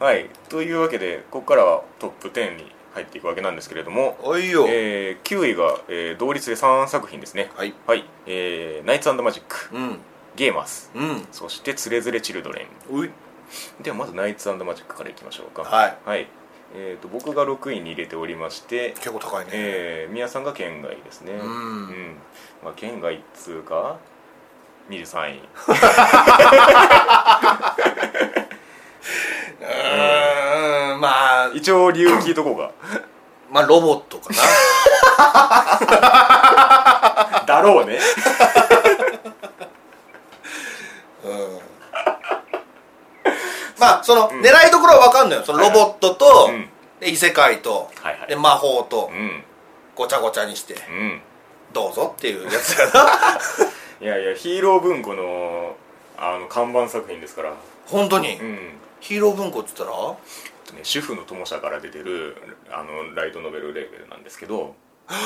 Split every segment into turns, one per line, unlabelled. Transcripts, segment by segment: はいというわけでここからはトップ10に入っていくわけなんですけれども、
おいよ、
えー、9位が、えー同率で3作品ですね
はい
はい、えーナイツマジック
うん
ゲーマーズ
うん
そして「つれづれチルドレン
うい」
ではまずナイツマジックからいきましょうか
はい
はい、えー、と僕が6位に入れておりまして
結構高いね、
えー、宮さんが県外ですね
うん
まあ、県外っつうか23位
うーんまあ
一応理由聞いとこうか
まあロボッ トかな
だろう ね
うんまあその狙いどころは分かんのよそのロボットと、
うん
で異世界と、
はいはい
で魔法と
うん
ごちゃごちゃにして
うん
どうぞっていうやつやな
いやいやヒーロー文庫のあの看板作品ですから
本当に、
うん
ヒーロー文庫っつったら
えっとね主婦の友社から出てるあのライトノベルレベルなんですけど
確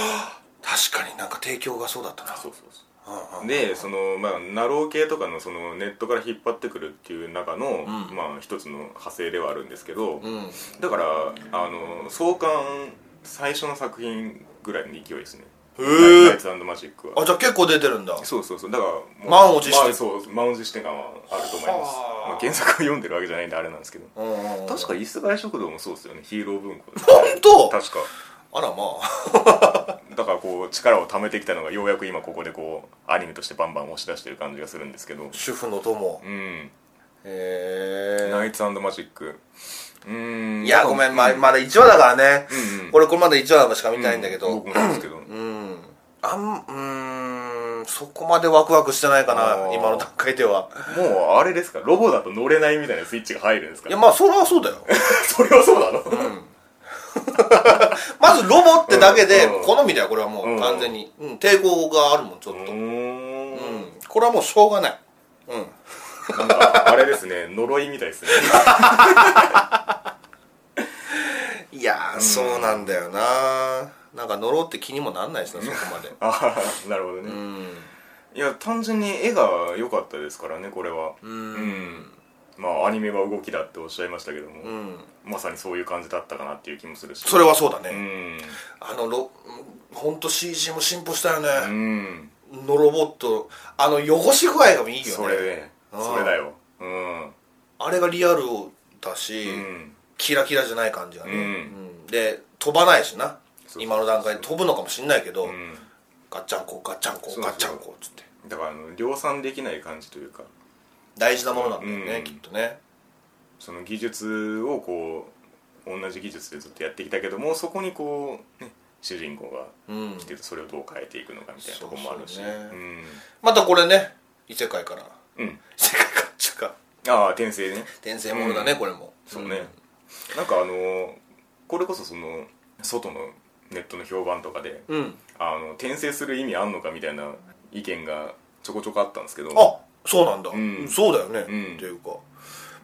かになんか提供がそうだったな
そうそうそう
うんうん
でそのまあナロー系とかのそのネットから引っ張ってくるっていう中の、
ん
まあ一つの派生ではあるんですけど、
うん
だからあの創刊最初の作品ぐらいの勢いですね
へえ
ナイツマジックは
あじゃあ結構出てるんだ
そうそうそうだからもう
満を持して
まあそう満を持して感はあると思います
はあ
まあ、原作を読んでるわけじゃないんであれなんですけど
うんうんうん
確か椅子街食堂もそうですよねヒーロー文庫
本当
確か
あらまあ
だからこう力を貯めてきたのがようやく今ここでこうアニメとしてバンバン押し出してる感じがするんですけど
主婦の友
うん
へ
ナイツマジックうーん
いやごめんま
う
まだ1話だからね
うんうん
俺これまで1話しか見てないんだけ
う
ど
僕もなんですけど
うんあんうーんそこまでワクワクしてないか
あ
な
ー
今の段階では
もうあれですかロボだと乗れないみたいなスイッチが入るんですか
いやまあそれはそうだよ
それはそうなの、
まずロボってだけで
うんうん
好みだよこれはも
うん
う完全に、うん、抵抗があるもんちょっと、
ー
うん
ん
これはもうしょうがないうん
なんかあれですね呪いみたいですね
いやー、そうなんだよななんか乗ろうって気にもなんないしなそこまで
ああなるほどね、
うん
いや単純に絵が良かったですからねこれはうんまあアニメは動きだっておっしゃいましたけども、
うん
まさにそういう感じだったかなっていう気もするし
それはそうだね、
うん
あのロ本当 CG も進歩したよ
う
ね、
ん
のロボットあの汚し具合がいいよ
そ
ね
れね
あー
それだようん
あれがリアルだし、
うん
キラキラじゃない感じがね、
うん
うんで飛ばないしな
そう
今の段階で飛ぶのかもしんないけど、
うん
ガッチャンコガッチャン
そ
コ
うそう
ガッチャンコっつって
だからあの量産できない感じというか
大事なものなんだよね、
うん
きっとね
その技術をこう同じ技術でずっとやってきたけどもそこにこう、ね、主人公が
うん
来てそれをどう変えていくのかみたいなところもあるし
そうそうまたこれね異世界から
うん、うん、
異世界からっちゅうか
ああ転生ね
転生ものだね、
うん
これも
そうね、なんかあのこれこそその外のネットの評判とかで
うん、
あの転生する意味あんのかみたいな意見がちょこちょこあったんですけど
あそうなんだ、
ん
そうだよね、
うん
っていうか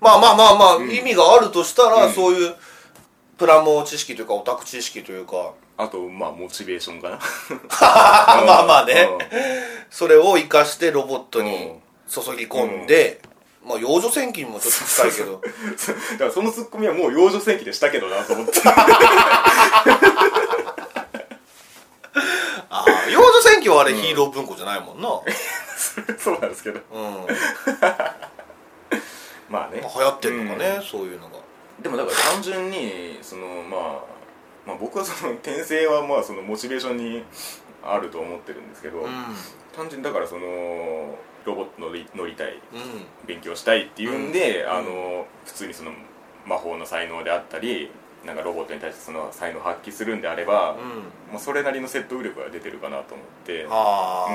まあまあまあまあ、意味があるとしたら、
うん
そういうプラモ知識というかオタク知識という か、
あとまあモチベーションかな
あまあまあね、
うん
それを生かしてロボット
う
に
ん
注ぎ込んで、まあ幼女戦記にもちょっと近いけど
だからそのツッコミはもう幼女戦記でしたけどなと思って
ああ幼女戦記はあれヒーロー文庫じゃないもんな、う
そうなんですけど
んま
まあね
あ流行ってるのかね、そういうのが
でもだから単純にその、まあ、まあ僕はその転生はまあそのモチベーションにあると思ってるんですけど、
う
単純にだからそのロボット乗り乗りたい
んうん
勉強したいっていうんで、
うん
あの普通にその魔法の才能であったりなんかロボットに対してその才能を発揮するんであれば、
うん
まあ、それなりの説得力が出てるかなと思って
あ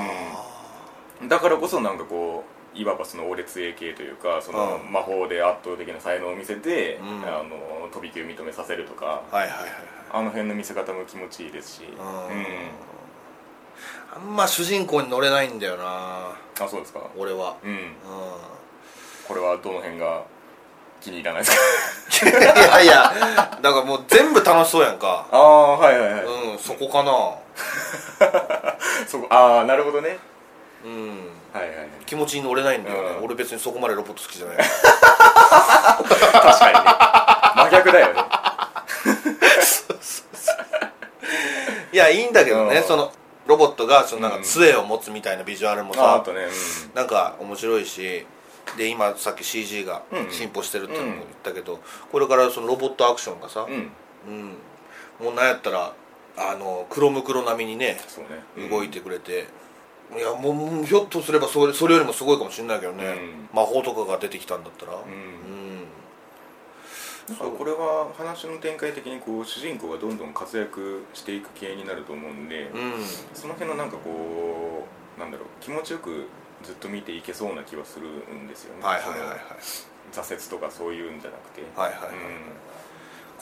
だからこそなんかこういわばそのオレツエ系というかその
うん
魔法で圧倒的な才能を見せて、
うん
あの飛び級認めさせるとか
あ、はいはいはいはい
あの辺の見せ方も気持ちいいですし、うん
あんま主人公に乗れないんだよな
あそうですか、
俺は
うん、
うん
これはどの辺が気に入らないですか
いやいやだからもう全部楽しそうやんか
ああはいはいはい、
うんそこかな
そこああなるほどね
うん
はいはいはい
気持ちに乗れないんだよね、
うん
俺別にそこまでロボット好きじゃない
確か真逆だよね
いやいいんだけどね、
うん
そのロボットがそのなん
う
か
ん
杖を持つみたいなビジュアルも
あ
さ、
あとね
なんか面白いしで今さっき CG が
うん
進歩してるっていうのも言ったけど、これからそのロボットアクションがさ
う、ん、うん、
うんもうなんやったらあの黒ムクロ並みにね
そうねうん
動いてくれて、いやもうもうひょっとすればそれそれよりもすごいかもしれないけどね、魔法とかが出てきたんだったら
う
うん、
んなんかこれは話の展開的にこう主人公がどんどん活躍していく系になると思うんで、
うん
その辺のなんかこうなんだろう気持ちよくずっと見ていけそうな気はするんですよね、
はいはいはいはい
その挫折とかそういうんじゃなくて
はいはいはい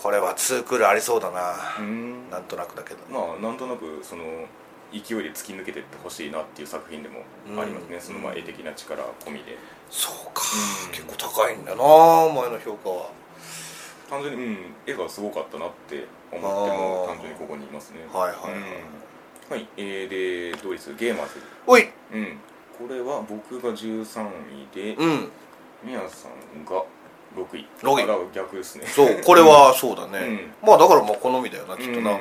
これはツークールありそうだな、
うんうん
なんとなくだけど
まあなんとなくその勢いで突き抜けてってほしいなっていう作品でもありますね、
うん
そのまあ絵的な力込みで
そうか、
うん
結構高いんだなお前の評価は
単純に、うん、絵がすごかったなって思っても
あー
単純にここにいますね
はいはいは
う
い
んはいえー、でドイツゲーマーズ、
おい
うん、これは僕が13位で
うん
みやさんが6位
六位
だから逆ですね
そうこれはそうだね、まあだからまあ好みだよなきっとな、
うん、まあ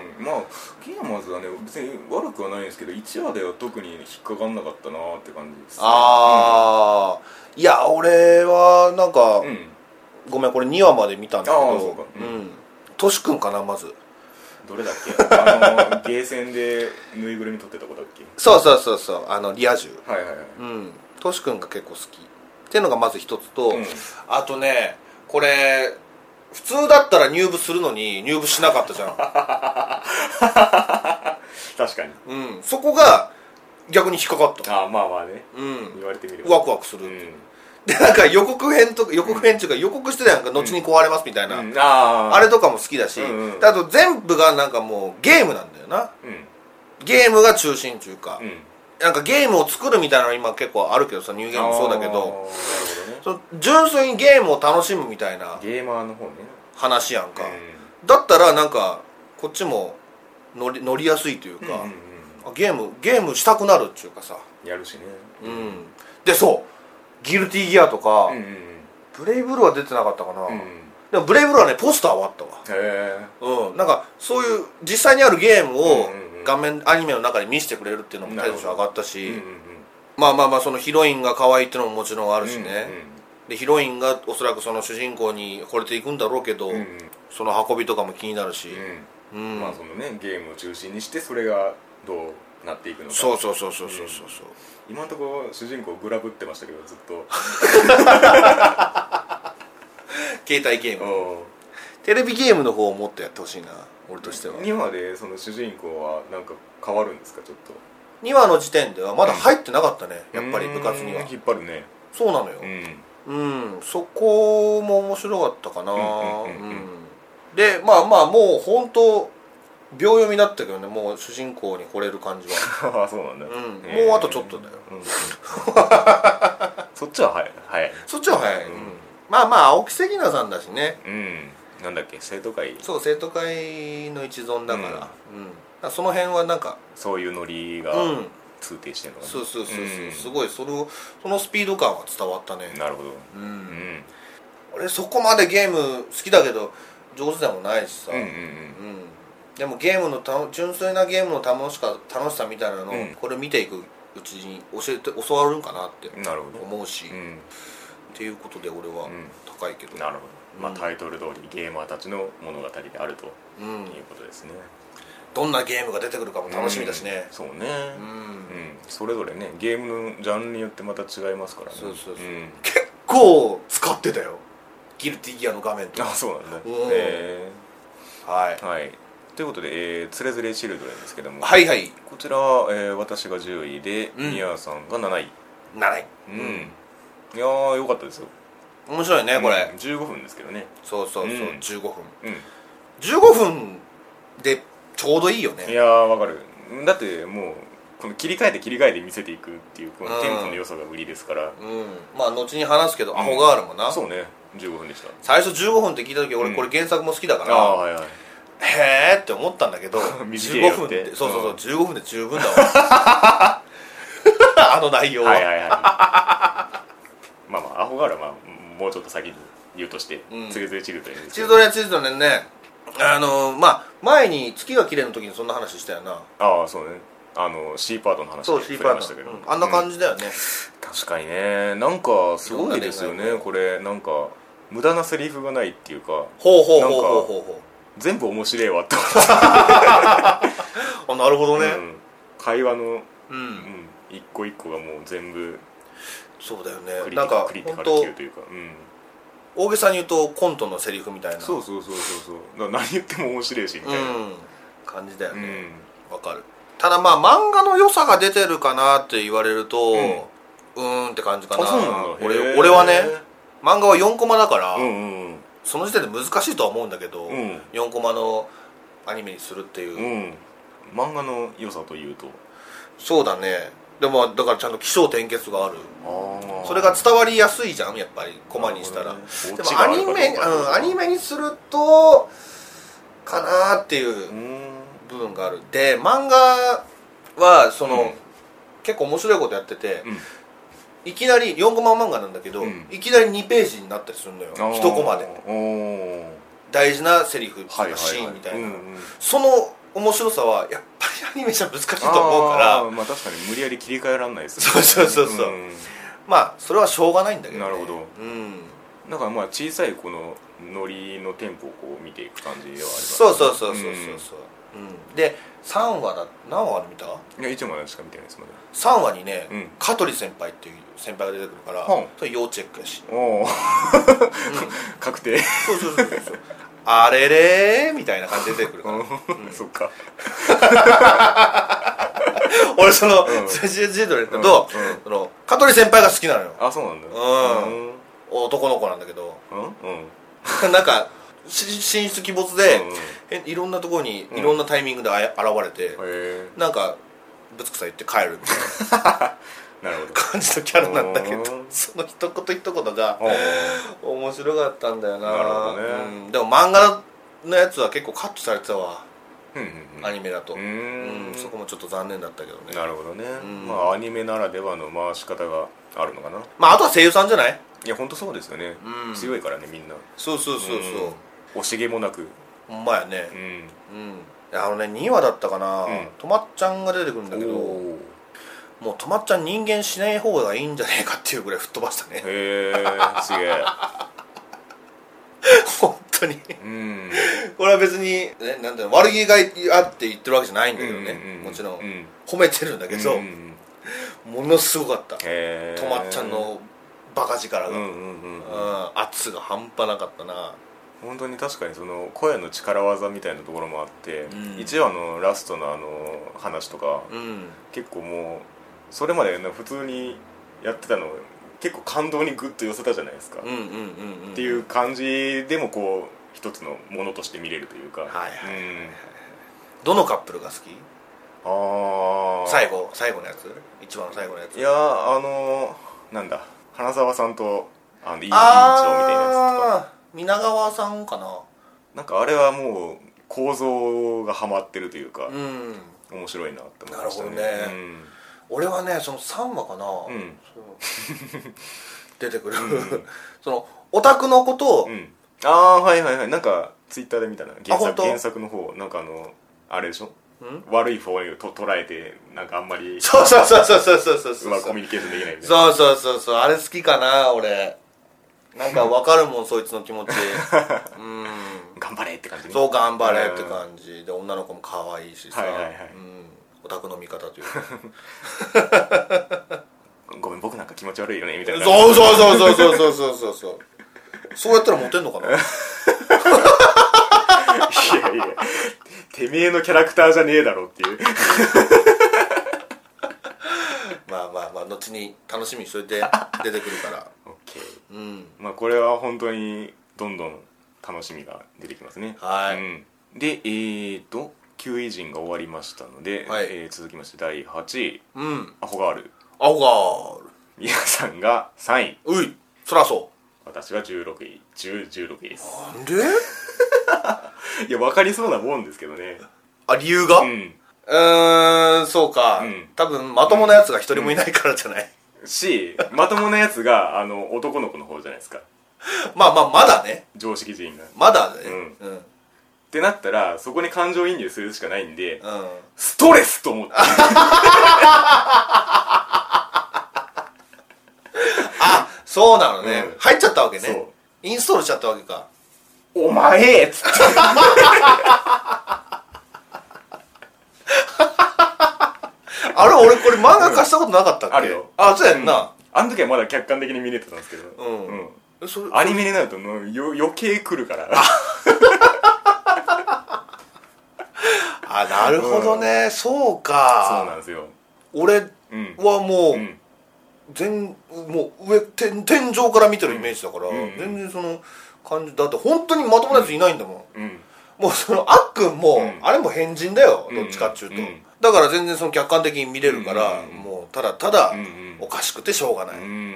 ゲーマーズはね別に悪くはないんですけど1話では特に引っかかんなかったなーって感じです、ね、
ああ、いや俺はなんか、
うん、うん、
ごめんこれ2話まで見たんだけ
あーそう
ど
か
う
うん
んトシ君かなまず
どれだっけあのゲーセンでぬいぐるみ撮ってた子だっけ
そうそうそうそうあのリア充
はいはいはい
うんトシ君が結構好きっていうのがまず一つと、
うん
あとねこれ普通だったら入部するのに入部しなかったじゃん
確かに
うん、そこが逆に引っかかった、
ああまあまあね
うん、
言われてみれば
ワクワクする、
うん
でなんか予告編とか予告編っていうか予告してたやんか後に壊れますみたいな、
うんあー
あれとかも好きだし、
うんうん
であと全部がなんかもうゲームなんだよな
うん
ゲームが中心っていうか、
うん
なんかゲームを作るみたいなの今結構あるけどさニューゲームもそうだけ
あーなる
ど
ほどね
その純粋にゲームを楽しむみたいな
ゲーマーの方ね
話やんか、
う
だったらなんかこっちも乗り乗りやすいというか、
んうんうん
あゲームゲームしたくなるっていうかさ、
やるしね
うん、でそうギルティギアとか、
うんうん
ブレイブルーは出てなかったかな、
うんうん
でもブレイブルーはねポスターはあったわ
へえ
うんなんかそういう実際にあるゲームを
うんうんうん
画面アニメの中に見せてくれるっていうのもテンション上がったし、
うんうん
まあまあまあそのヒロインが可愛いっていうのももちろんあ
う
る
ん
しね、でヒロインがおそらくその主人公に惚れていくんだろうけど、
うんうんうん
その運びとかも気になるし、う
うん
ん
まあそのねゲームを中心にしてそれがどうなっていくのか
そうそうそうそうそうそうそう
今のところ主人公グラブってましたけどずっと
携帯ゲー
う
ム
ん
テレビゲームの方をもっとやってほしいな俺としては
2話でその主人公はなんか変わるんですかちょっと
2話の時点ではまだ入ってなかったね、やっぱり部活には
うーん引っ張るね
そうなのよ
うん
うん、そこも面白かったかな、
うん
う
うんんうんうん
でまあまあもう本当秒読みだったけどねもう主人公に惚れる感じは
ああ そうなんだ、
うん
へー
もうあとちょっとだよ
うん そっちは早い早い
そっちは早い、
うん
まあまあ青木瀬那さんだしね
うんなんだっけ生徒会
そう生徒会の一存だから,、うんだからその辺はなんか
そういうノリが
うん
通底してるのかな、
そうそうそうそう、
ん
すごいそのそのスピード感は伝わったね
なるほど
う、
うんん
俺そこまでゲーム好きだけど上手でもないしさ、
うんうんうん
うん、でもゲームのたの純粋なゲームの楽しか楽しさみたいなのを、
うん
これ見ていくうちに教えて教わるんかなって
なるほど
思うし、
う
っ
ん
ていうことで俺は
うん
高いけど、
なるほど、まあ、
うん
タイトル通りゲーマーたちの物語であると
うん
いうことですね、
どんなゲームが出てくるかも楽しみだしね
うんそうね
うん、
うん、それぞれねゲームのジャンルによってまた違いますからね
そうそうそうん結構使ってたよギルティギアの画面と
あ
か
そうなんだ、
うん
え
はい
ーはいということで「えー、つれづれチルドレン」ですけども、
はいはい
こちらは、えー私が10位で、
うん
ミヤさんが7位
7位
うん、いやーよかったですよ
面白いねこれ、
うん15分ですけどね
そうそうそう、
うん
15分
うん
15分でちょうどいいよ
い
ね
やーわかるだってもうこの切り替えて切り替えて見せていくっていうこ
う
の
ん
テンポの良さが売りですから、
うんまあ後に話すけど、アホガールもな
そうね15分でした
最初15分って聞いた時
う
俺
ん
これ原作も好きだか
ああ
ら、
はいはい
へえって思ったんだ けど
短いよ
15分っ
ってて
そうそう
うん
そう、15分で十分 だわあの内容 は、
はいはいはいまあまあアホガールは、まあ、もうちょっと先に理由として
うん
告げずれチルドレンです
チ
け
ル
ど
ドレンチルドレンねあのまあ前に月が綺麗の時にそんな話したよな
ああそうねあの C パートの話
そう
に
シー
触
パ
れ
ー
まし
ト
たけど、
あんな
じ、
感じだよね、
確かにねなんかすごいですよ
どんな恋
ね
愛
これなんか無駄なセリフがないっていうか
ほうほうほうほうほう
全部面白いわって思っ
ほうあなるほど
た、
ね
うん会話の、
うん、
うん、一個一個がもう全部
そうだよ
ク
ね
リ
な
テ
んか
ィクリティカ
本
ル級
当
というか、うん、
大げさに言うとコントのセリフみたいな
そうそうそうそうそうだから何言っても面白いしみた
う
いな、
ん感じだよ
うん
ねわ、かるただまあ漫画の良さが出てるかなって言われると、う
うん
ーんって感じかな
あそうなんだへ
俺
ー
俺はね漫画は4コマだから、
うんうん
その時点で難しいとは思うんだけど、
うん
4コマのアニメにするっていう、
うん、うん、漫画の良さというと
そうだねでもだからちゃんと起承転結がある
あ
それが伝わりやすいじゃんやっぱりコマにしたら、でもアニメ、うん、アニ
メ
メにするとかなーっていううん部分があるで漫画はその、
うん
結構面白いことやってて、
うん
いきなり4コマ漫画なんだけど、
うん
いきなり2ページになったりするのよ
あー
1コマで
おー
大事なセリフと
はいはい
か
はい
シーンみたいな、
うんうん
その面白さはやっぱりアニメじゃ難しいと思うから
あーまあ確かに無理やり切り替えられないですよ
そうそうそうそうんまあそれはしょうがないんだけど、
な
ね、
るほど
うん
だからまあ小さいこのノリのテンポをこう見ていく感じではあれば
そうそうそうそうそうそう、うんで3話だ何話見た
いや一応までしか見てないですまだ
3話にね、
うん
香取先輩っていう先輩が出てくるから、
うん
それ要チェックやし、
おお 確定
そうそうそうそうあれれーみたいな感じで出てくるから
うん そっか
俺その、
うん
ジェジェドレンと、
うんうん
その香取先輩が好きなのよ
あそうなんだ
うん
うん
男の子なんだけど
うん
なんかし進出鬼没で、
うんうん
えいろんなところに
うん
いろんなタイミングであや現れて、
へ
なんかぶつくさ言って帰るみたいな
えなるほど
感じのキャラなんだけど
うん
その一言一言が
おー
面白かったんだよな
なるほどね
うんでも漫画のやつは結構カットされてたわ、
うんうんうん
アニメだと
う
う
ー
ん
ん
そこもちょっと残念だったけどね
なるほどね
ん
まあアニメならではの回し方があるのかな
まああとは声優さんじゃない
いや本当そうですよね
うん
強いからねみんな
そうそうそうそう、
うん惜しげもなく
ほんまやね
うん
うんあのね2話だったかな、
うん
とまっちゃんが出てくるんだけども
おー
うとまっちゃん人間しない方がいいんじゃねえかっていうぐらい吹っ飛ばした ね
へえすげえ
本当に
うん
これは別に、ね、なんていうの悪気があって言ってるわけじゃないんだけどね、
うんうんうん
もちろん、
うん
褒めてるんだけど、
んん
ものすごかった
へえ
とまっちゃんのバカ力が、
う
う
んう
ん
んうんうん
圧が半端なかったな
本当に確かにその声の力技みたいなところもあって、
うん
一話のラストのあの話とか、
うん
結構もうそれまでの普通にやってたのを結構感動にグッと寄せたじゃないですか、
う
っ
んうんうんうん
ていう感じでもこう一つのものとして見れるというか、
はいはいはい
うん
どのカップルが好き
ああ
最後最後のやつ一番の最後のやつ
いやーあのーなんだ花澤さんとあのいい委員長みたいなやつとか
ああー皆川さんかな
なんかあれはもう構造がハマってるというか、
うん
面白いなって思いましたね
なるほどね俺はねその3話かな、
うん、うん
その出てくる、 そのオタクのことを、
うん、ああはいはいはいなんかツイッターで見たな原
本
作
当
原作の方なんかあのあれでしょ
ん
悪い方をと捉えてなんかあんまり
そうそうそうそうそうそうそう
う
そう
まくコミュニケーションできないみたいな
そうそうそうそうあれ好きかな俺なんかわかるもんそいつの気 持ちうん
頑張れって感じね
そう頑張れって感じで女の子も可愛いしさ、
はいはいはい
うんオタクの味方というか
ごめん僕なんか気持ち悪いよねみたいな
そうそうそうそうそうそうそうそうそうやったらモテんのかな
いやいやてめえのキャラクターじゃねえだろって いう
まあまあまあ後に楽しみにしといて出てくるから
オッケー
うん
まあこれは本当にどんどん楽しみが出てきますね
はい
うん、でえーと9位陣が終わりましたので、
はい
えー続きまして第8位
うん
アホガール
アホ
皆さんが3位
ガールういそらそ
私は16位10 16位です
うなんで
いや分かりそうなもんですけどね
あ理由が
う
うんーんそうか、
うん
多分まともなやつが一人もいないからじゃない、
しまともなやつがあの男の子の方じゃないですか
まあまあまだね
常識人がっ
まだね
うん
うん、うん
てなったらそこに感情移入するしかないんでストレスと思って
あそうなのね、
うん
入っちゃったわけね
そう
インストールしちゃったわけか
お前っつって
あれ俺これ漫画貸したことなかったっけ
あるよ
あそうやんな、
あの時はまだ客観的に見れてたんですけど
うんそれ
アニメになるともうよ余計来るから
あなるほどね、そうか
そうなんですよ
俺
うん
はもう、
うん
全もう上天天井から見てるイメージだから、
うんうん
全然その感じだって本当にまともなやついないんだもん、
うん
もうそのあっくんも、
うん
あれも変人だよ
うん
どっちかっちゅうと、
うん
だから全然その客観的に見れるから、
うん
もうただただ
うん
おかしくてしょうがない、
う
っ
ん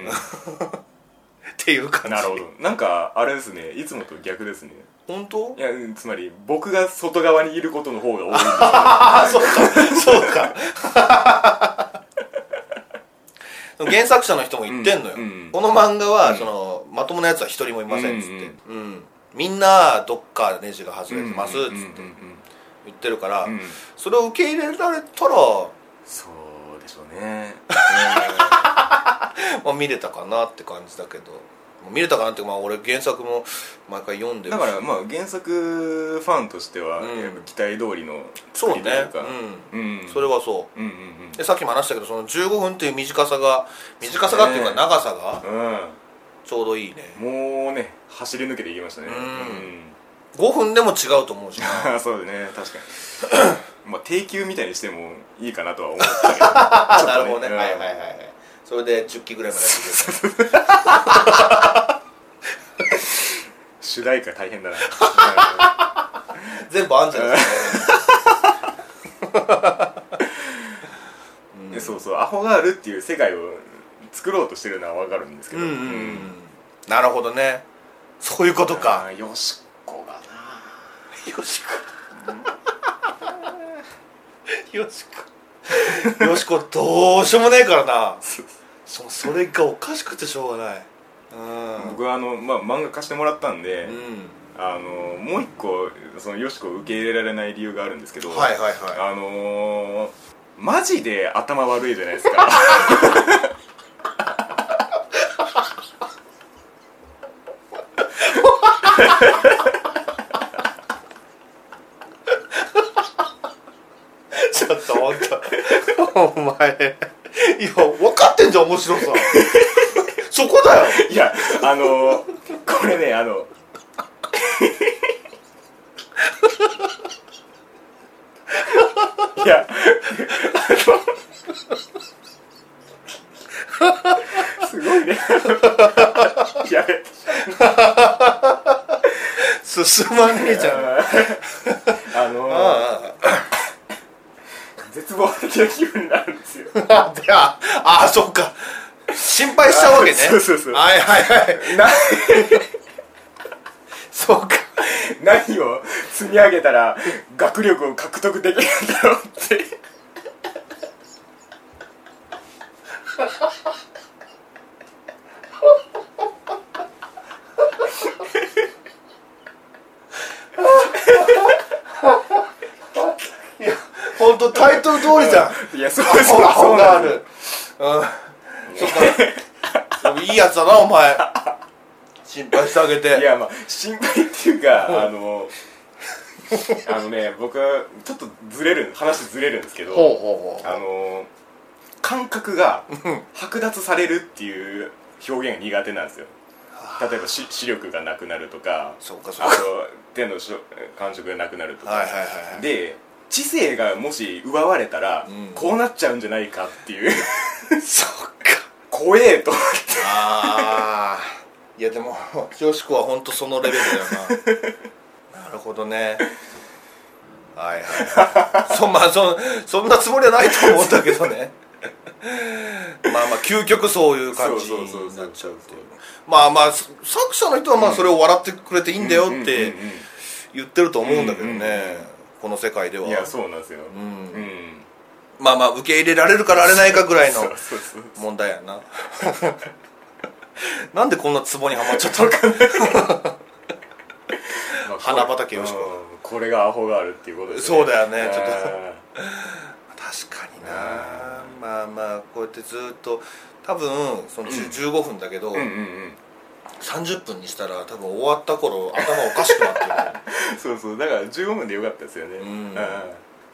ていう感じ
なるほどなんかあれですねいつもと逆ですね
本当
いやうんつまり僕が外側にいることの方が多いんですよ
ああそうかそうかでも原作者の人も言ってんのよ、
うんうん
この漫画は、そのまともなやつは一人もいませんっつって、うんみんなどっかネジが 外れてますっつっ
う
て
ん
言ってるから、
うんうんうん
それを受け入れられたら、
そうでしょうね
まあ、見れたかなって感じだけどまあ見れたかなってまあ俺原作も毎回読んで
うん
る
だ
し
からまあ原作ファンとしては
うん
やっぱ期待通りの
そう
作り
ね
というかうん
うん、それはそう
うんうん
でさっきも話したけどその15分っていう短さが短さがっていうか
ね
長さが
うんうん
ちょうどいいね
もうね走り抜けていきましたね
うん
うん
5分でも違うと思うし な
そうだね確かにまあ定休みたいにしてもいいかなとは思ったけど
なるほど
ちょっと
ね、はいはいはいはいそれで10期ぐらいまでやってくれた
主題歌大変 だな
全部あんじゃない
うんでそうそうアホがあるっていう世界を作ろうとしてるのは分かるんですけど
なるほどねそういうこと
と
か
よしこが
よしこ よしこよしこどうしようもねえからなそそれがおかしくてしょうがないうん
な僕はあの、まあ、漫画貸してもらったんで、
う
あのもう一個そのよしこを受け入れられない理由があるんですけど、
んはいはい
あ
は
のー、マジで頭悪いじゃないですか
いちょっとほんと お前いや分かってんじゃん面白さそこだよ
いやあのー、これねあのいやあのすごいねやべ
進まねえじ ゃん
あのー、
あ
絶望的な気分になるんですよ
あ であああそっか心配しちゃうわけね
あ そうそうそう
はいはいはい
な
そうか
何を積み上げたら学力を獲得できるんだろうって
本当タイトル通りじゃん
い やそう
アホアホがあるうんそっかでもいいやつだなお前心配してあげ
い
て
やまあ心配っていうかあのあのね僕ちょっとずれる話ずれるんですけ
ほう
ど
ほう
あ
ほ
の感覚が剥奪されるっていう表現が苦手なんですよ例えばし視力がなくなるとか
そうかそう
あ
か
と手のしょ感触がなくなると
う
か、
はいはいはいはい
で知性がもし奪われたら、
うん
こうなっちゃうんじゃないかっていう
そっか
怖えと思っ
ああいやでもよしこは本当そのレベルだよ ななるほどねはいはいはいそ,、まあ、そそんなつもりはないと思うんだけどねまあまあ究極そういう感じに
そ
な
う
っち
そ
ゃ
うそうそう
うっていうまあまあそ作者の人はまあそれを笑ってくれていいんだよってて言ってると思うんだけどね、この世界ではい
やそうなんですよ
う
うん ん
ままあまあ受け入れられるからあれないかぐらいの
そうそうそう
問題やななんでこんなツボにはまっちゃったのか
まあ
花畑よしこ
うんこれがアホがあるっていうことですね
そうだよねちょっ
と
と確かになまあまあこうやってずっと多分その10 15分だけど、
うんうんうん
30分にしたら多分終わった頃頭おかしくなって る
そうそうだから15分でよかったですよね
ん
ああ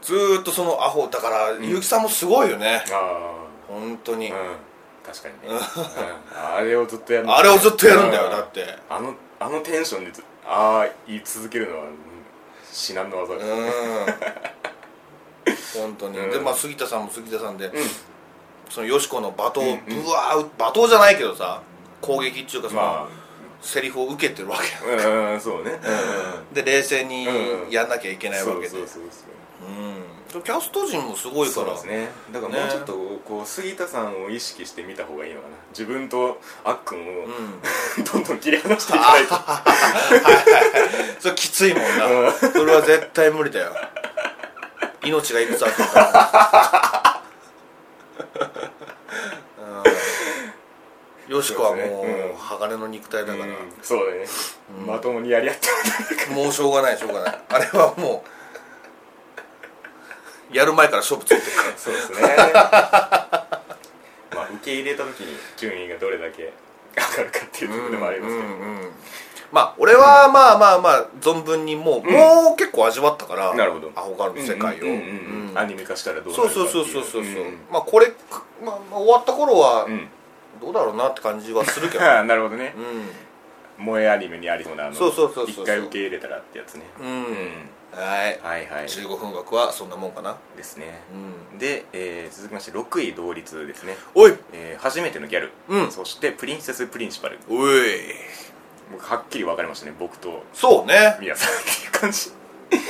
ずーっとそのアホだから結城、さんもすごいよね
あ
本当に、
あうん確かにねうんあれをずっとやるの
あれをずっとやるんだよ
う
だって
あのあのテンションでずああ言い続けるのはうん至難の技
う
だ
ん本当に、
うん
でまあ杉田さんも杉田さんで、
うん
そのよしこの罵倒
うんうん
ぶわー罵倒じゃないけどさ攻撃っていうかその、
ま
セリフを受けてるわけ
あうんうんそうねうん
で冷静に
うん
やんなきゃいけないわ
そう
けで、
そううんそうそう
キャスト陣もすごいか
そう
ら
ですねだからもうちょっとこう杉田さんを意識してみた方がいいのかな自分とあっくんを
う ん
どんどん切り離していか ないと
それきついもんなそれは絶対無理だよ命がいくつあったから、うん、よしこはもう
そうですねうん
鋼の肉体だから、
うんそうだねまともにやり合 って
もうしょうがないしょうがないあれはもうやる前から勝負ついてるから
そう ですねまあ受け入れた時に順位がどれだけ上がるかっていうところでもありますけど、
うんうんうんまあ俺はまあまあまあ存分にもう、もう結構味わったから
なるほど
アホガールの世界を
うんうんうんう
う
んんアニメ化したらどうなる
そ
か
う
ってい
そうそうそうそう、
んん
まあこれ、まあ、まあ終わった頃は
うん
どうだろうなって感じはするけど、
ああ なるほどね
う、ん
萌えアニメにありそうなあの
そうそうそうそう
一回受け入れたらってやつね
うん
うん
はい
はいはい
15分枠はそんなもんかな、
ですね
うん、
で、えー続きまして6位同率ですね、
おい
えー初めてのギャル、
うん
そしてプリンセスプリンシパル
おい
もうはっきり分かれましたね僕と
そうね
皆さんっていう感じ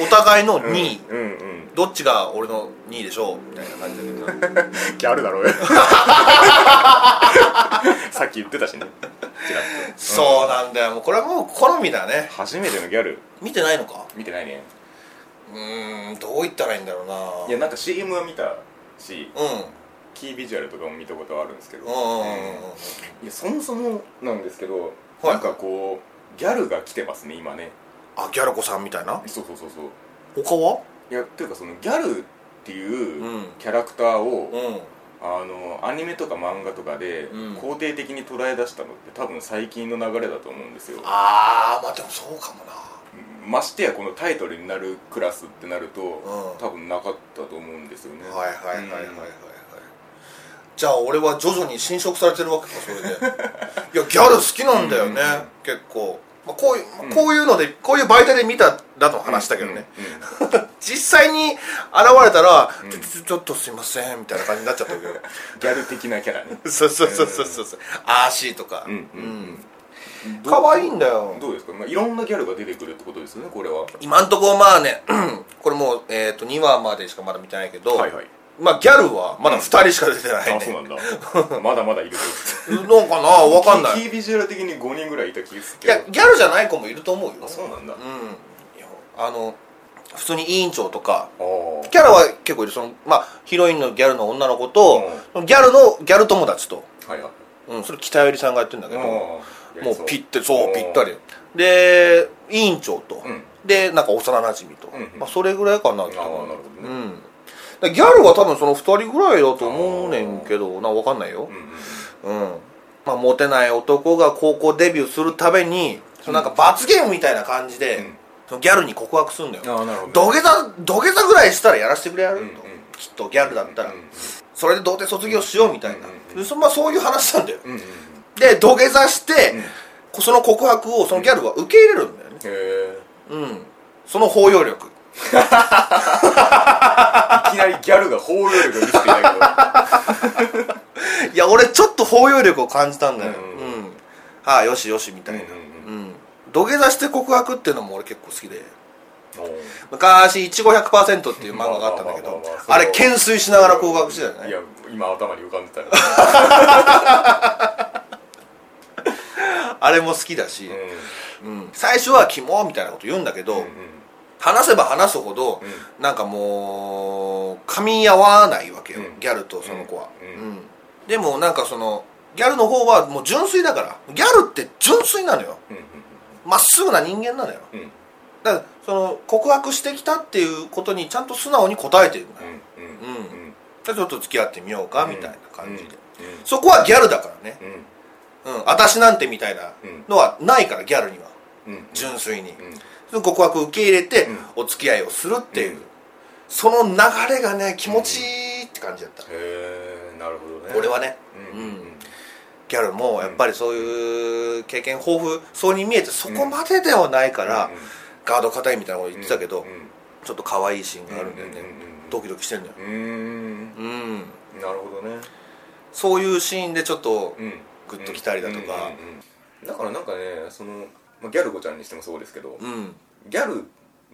お互いの2位、
うんうん
どっちが俺の2位でしょうみたいな感じだけ ど
ギャルだろうよ さっき言ってたしねちらっと
そうなんだよもうこれはもう好みだね
初めてのギャル
見てないのか
見てないね
うーんどう言ったらいいんだろうない
やなんか CM は見たし
う
キービジュアルとかも見たことはあるんですけど、
んうんうんうんうん
いやそもそもなんですけど、
はい
なんかこうギャルが来てますね今ね
あギャル子さんみたいな
そうそうそうそう
他はい
やっていうかそのギャルって
う
い
ん
うキャラクターを、
うん
あのアニメとか漫画とかで
うん
肯定的に捉え出したのって多分最近の流れだと思うんですよ
あーまあでもそうかもな
ましてやこのタイトルになるクラスってなると、
ん
多分なかったと思うんですよね
はいはいはいはいはいは
う
い
ん
じゃあ俺は徐々に侵食されてるわけかそれでいやギャル好きなんだよね
うん
結構まあこういうま
う
あ
ん
こういうのでこういう媒体で見たらの話だけどね
うんうん
実際に現れたら
うん
ちょちょちょっとすいませんみたいな感じになっちゃったけど
ギャル的なキャラね
そうそうそうそうそうそうアーシーとか
うんうん
うん 可愛いんだよ
どうですか、まあ、いろんなギャルが出てくるってことですよねこれは
今んとこまあねこれもう、えー、と2話までしかまだ見てないけど、
はい
まあギャルはまだ2人しか出てない
あそう
ね、
なんだ まだまだいると
どうかなわかんない
キーキービジュアル的に5人ぐらいいた気がする
い
けど
やギャルじゃない子もいると思うよ
あそうなんだ、
う
あ
んいやあの普通に委員長とか
ー
キャラは結構いるその、まあ、ヒロインのギャルの女の子と、ギャルのギャル友達と、
はいはい
うん、それ北寄りさんがやってるんだけど、
あー
もうピッてそう
おー
ぴったりで委員長と、
うん
でなんか幼なじみと、
うんうん
まあ、それぐらいかな
ああなるほどね
う、んだギャルは多分その2人ぐらいだと思うねんけどな分かんないよ
うんうん
うん、まあ、モテない男が高校デビューするためにそのなんか罰ゲームみたいな感じで、
うん
そのギャルに告白するんだよ、
ああなるほど
土下座土下座ぐらいしたらやらせてくれやると、
うんうん
きっとギャルだったら、
うんうん
それで童貞卒業しようみたいな、
うんうんうん
でそまあ、そういう話なんだよ
うんうんうん
で土下座して
うん、へ
その告白をそのギャルは受け入れるんだよね
え
うんその包容力
いきなりギャルが包容力を見せていたけ
いや俺ちょっと包容力を感じたんだよ、う
うんん
ああよしよしみたい
ど
な、
うんうん
う
うんん
土下座して告白っていうのも俺結構好きで
おー
昔「いちご100%」っていう漫画があったんだ け
まあ
ど
まあまあまあそう
あれ懸垂しながら告白してたよ
い
ね
や今頭に浮かんでたよ、
あれも好きだし、
う
うん最初は「キモ」みたいなこと言うんだけど、
んうん
話せば話すほ
う
ど、なんかもう噛み合わないわけよ、
うん
ギャルとその子は、
うん
うんでもなんかそのギャルの方はもう純粋だからギャルって純粋なのよ
うんうん
まっすぐな人間なのよ
うん
だからその告白してきたっていうことにちゃんと素直に答えてるのよ
うんうん
うん
うんうん
じゃあちょっと付き合ってみようかみたいな感じで、
う
そこはギャルだからね
んうん
うん私なんてみたいなのはないからギャルには
うんうん
純粋に
うん
その告白を受け入れて
うん
お付き合いをするっていう、
うん
その流れがね気持ちいいって感じだった、
へえなるほどね
俺はね
うんうんうん
ギャルもやっぱりそういう経験豊富そうに見えてそこまでではないから、
うんうん
ガード硬いみたいなこと言ってたけど、
うんうん
ちょっと可愛いシーンがあるんだよね、
うんうんうんうん
ドキドキしてるんだよ
うーん
うん
なるほどね
そういうシーンでちょっと
うん
グッと来たりだとか
うんうんうんだからなんかねそのまあギャル子ちゃんにしてもそうですけど
うん
ギャル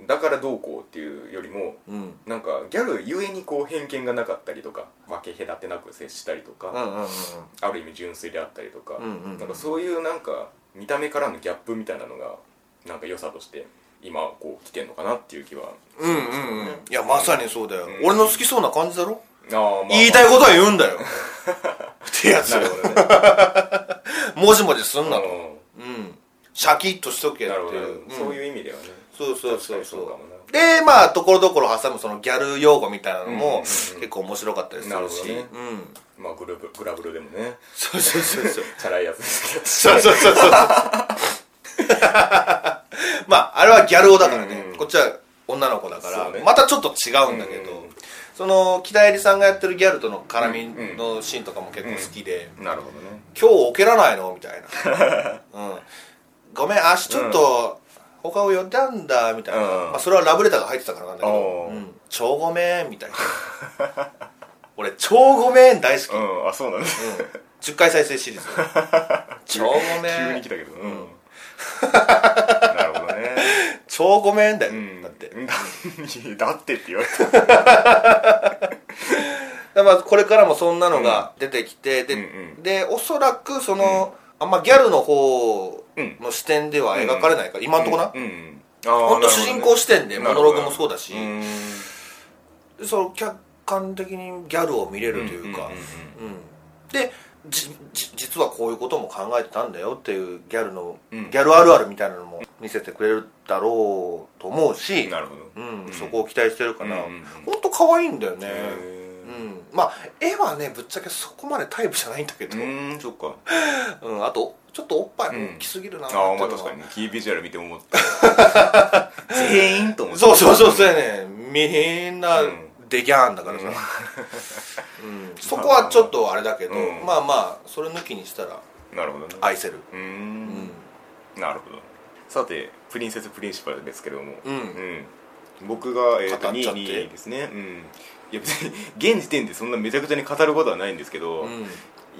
だからどうこうっていうよりも
うんうん
なんかギャルゆえにこう偏見がなかったりとか分け隔てなく接したりとか、
うんうん
ある意味純粋であったりとか、
うんうんうん
なんかそういうなんか見た目からのギャップみたいなのがなんか良さとして今こう来てんのかなっていう気は
うんうんうんいやまさにそうだよ、
ん
俺の好きそうな感じだろ、
あー、まあまあ
言いたいことは言うんだよ ってやつ
なるほどね
もじもじすん
あ
な
の
とうんシャキッとしとけって
なるほど、
いう、うん
そういう意味ではね
そうそう
確
そうそう
かにそうかも
でまあところどころ挟むそのギャル用語みたいなの
うんうんうん
も結構面白かったりするし
なるほ
うん
まあグループグラブルでもね
そうそうそうそう
チャラいやつですけど
そうそうそうそうまああれはギャル男だからね、
うんうん
こっちは女の子だから、
そうね
またちょっと違うんだけど、
うんうん
その北襟さんがやってるギャルとの絡みのシーンとかも結構好きで、
なるほどね
今日置けらないのみたい な、うん、ごめん明日ちょっと他を呼んだんだみたいな、
うん
まあ、それはラブレターが入ってたからなんだけど、
お
う
ー
ん、超ごめんみたいな 俺超ごめん大好き、
う
うん、
んあそうなんです
10回再生シリ ーズ超ご
急
め
に
ん
来たけどうん なるほどね
超ごめんだよ、
うん
だってだか
うん だってって言われた
らまあこれからもそんなのが出てきて、で,、
うんう
でおそらくその、あんまギャルの方の視点では描かれないから、今んとこな、
うんうん
ほんと主人公視点でモノログもそうだし、
うん
その客観的にギャルを見れるという
う
か、
んうん
うんでじじ実はこういうことも考えてたんだよっていうギャルの、
うん
ギャルあるあるみたいなのも見せてくれるだろうと思うし、
なるほど
うん
うん
そこを期待してるから、
うんうんうん
ほんと可愛いんだよね、
へ
う
ー
ん、まあ絵はねぶっちゃけそこまでタイプじゃないんだけど、うん
うんそっか
あとちょっとおっぱい
うん
大きすぎるなっていう
ああ
の
ま
は
あ確かにキービジュアル見て思った 全員と思った
そうそうそうそうやねみんな
うん
デギャーンだからさ、うんそこはちょっとあれだけど、
うん
まあまあそれ抜きにしたら
なるほどね
愛せる
うー
うん
んなるほどさてプリンセスプリンシパルですけれども
うん
うん僕が、えー、と
語っち
2
ゃって
位ですねうんいや別に現時点でそんなめちゃくちゃに語ることはないんですけど、
うん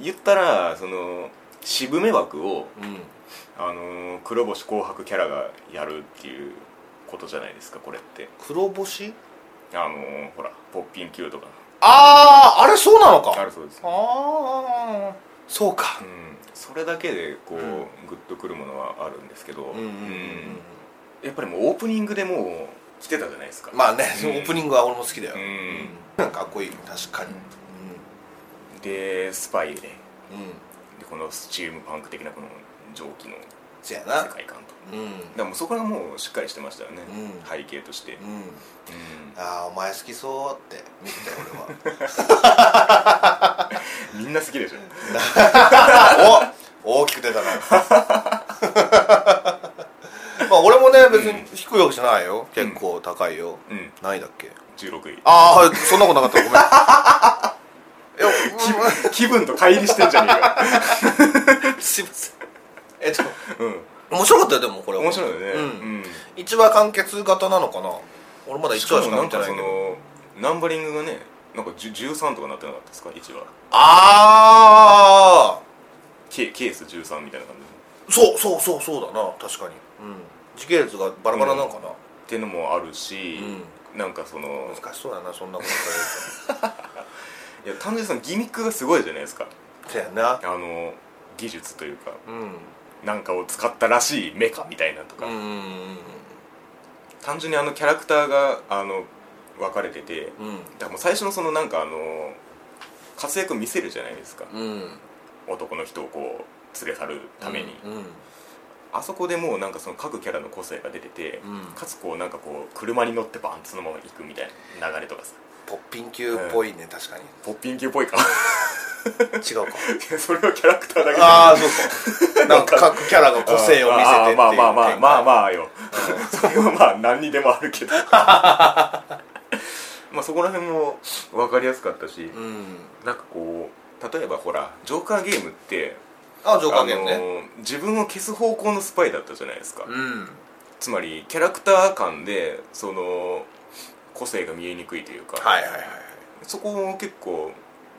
言ったらその渋め枠を、
うん
あのー黒星紅白キャラがやるっていうことじゃないですかこれって
黒星
あのーほらポッピン Q とか
あああれそうなのか
あ
あ
るそうです、
あーそうか
うん、それだけでこう、
うん
グッとくるものはあるんですけど、
うんうんうん
やっぱりもうオープニングでもう来てたじゃないですか、
まあね、
うん
オープニングは俺も好きだよ、
うん
なんかかっこいい確かに
でスパイでで
うんうん
このスチームパンク的なこの蒸気の
せや
世
な
界観とだ
う
からも
ん
うそこらもうしっかりしてましたよね、
うん
背景として、
うん
う
ああお前好きそうって見てたよ俺は
んみんな好きでしょ、
お大きく出たなまあ俺もね別に低いわけじゃないよ、結構高いよ、
うん、
何位だっけ
16位
ああそんな ことなかったごめん いや
気分気分と乖離してんじゃねえか
すいませんえっと
うん
面白かったよでもこれは
面白いよね、
うん一話完結型なのかな俺まだ
うん、し
一
か
話し
も
か
な
見
ん
て
か
ない
そ
けど
のナンバリングがねなんか10 13とかなってなかったですか1話
ああ
ケケース13みたいな感じ
そうそうそうそうだな確かにうん時系列がバラバラなのかな、
っていうのもあるし、なんかその
難しそうだなそんなことされると
いや単純にそのギミックがすごいじゃないですか
せやな
あの技術というか
うん
なんかを使ったらしいメカみたいなとか、
うん
単純にあのキャラクターがあの分かれてて、だからもう最初のそのなんかあの活躍見せるじゃないですか、
うんうん
男の人をこう連れ去るために、
うんうん
あそこでもうなんかその各キャラの個性が出てて、
うん
かつこうなんかこう車に乗ってバンってそのまま行くみたいな流れとかさ
ポッピン級っぽいね、確かに
ポッピン級っぽいか
違 うか
それはキャラクターだけじゃん
ああそうかなんか各キャラが個性を見せてっ
あ
ていう
ーまあまあまあまあ
あ
まあよそれはまあ何にでもあるけどまあそこら辺も分かりやすかったし、
うん
なんかこう例えばほらジョーカーゲームって
あ上下弦
あの
ね
ー自分を消す方向のスパイだったじゃないですか、
うん
つまりキャラクター間でその個性が見えにくいというか、
はいはいはいはい
そこを結構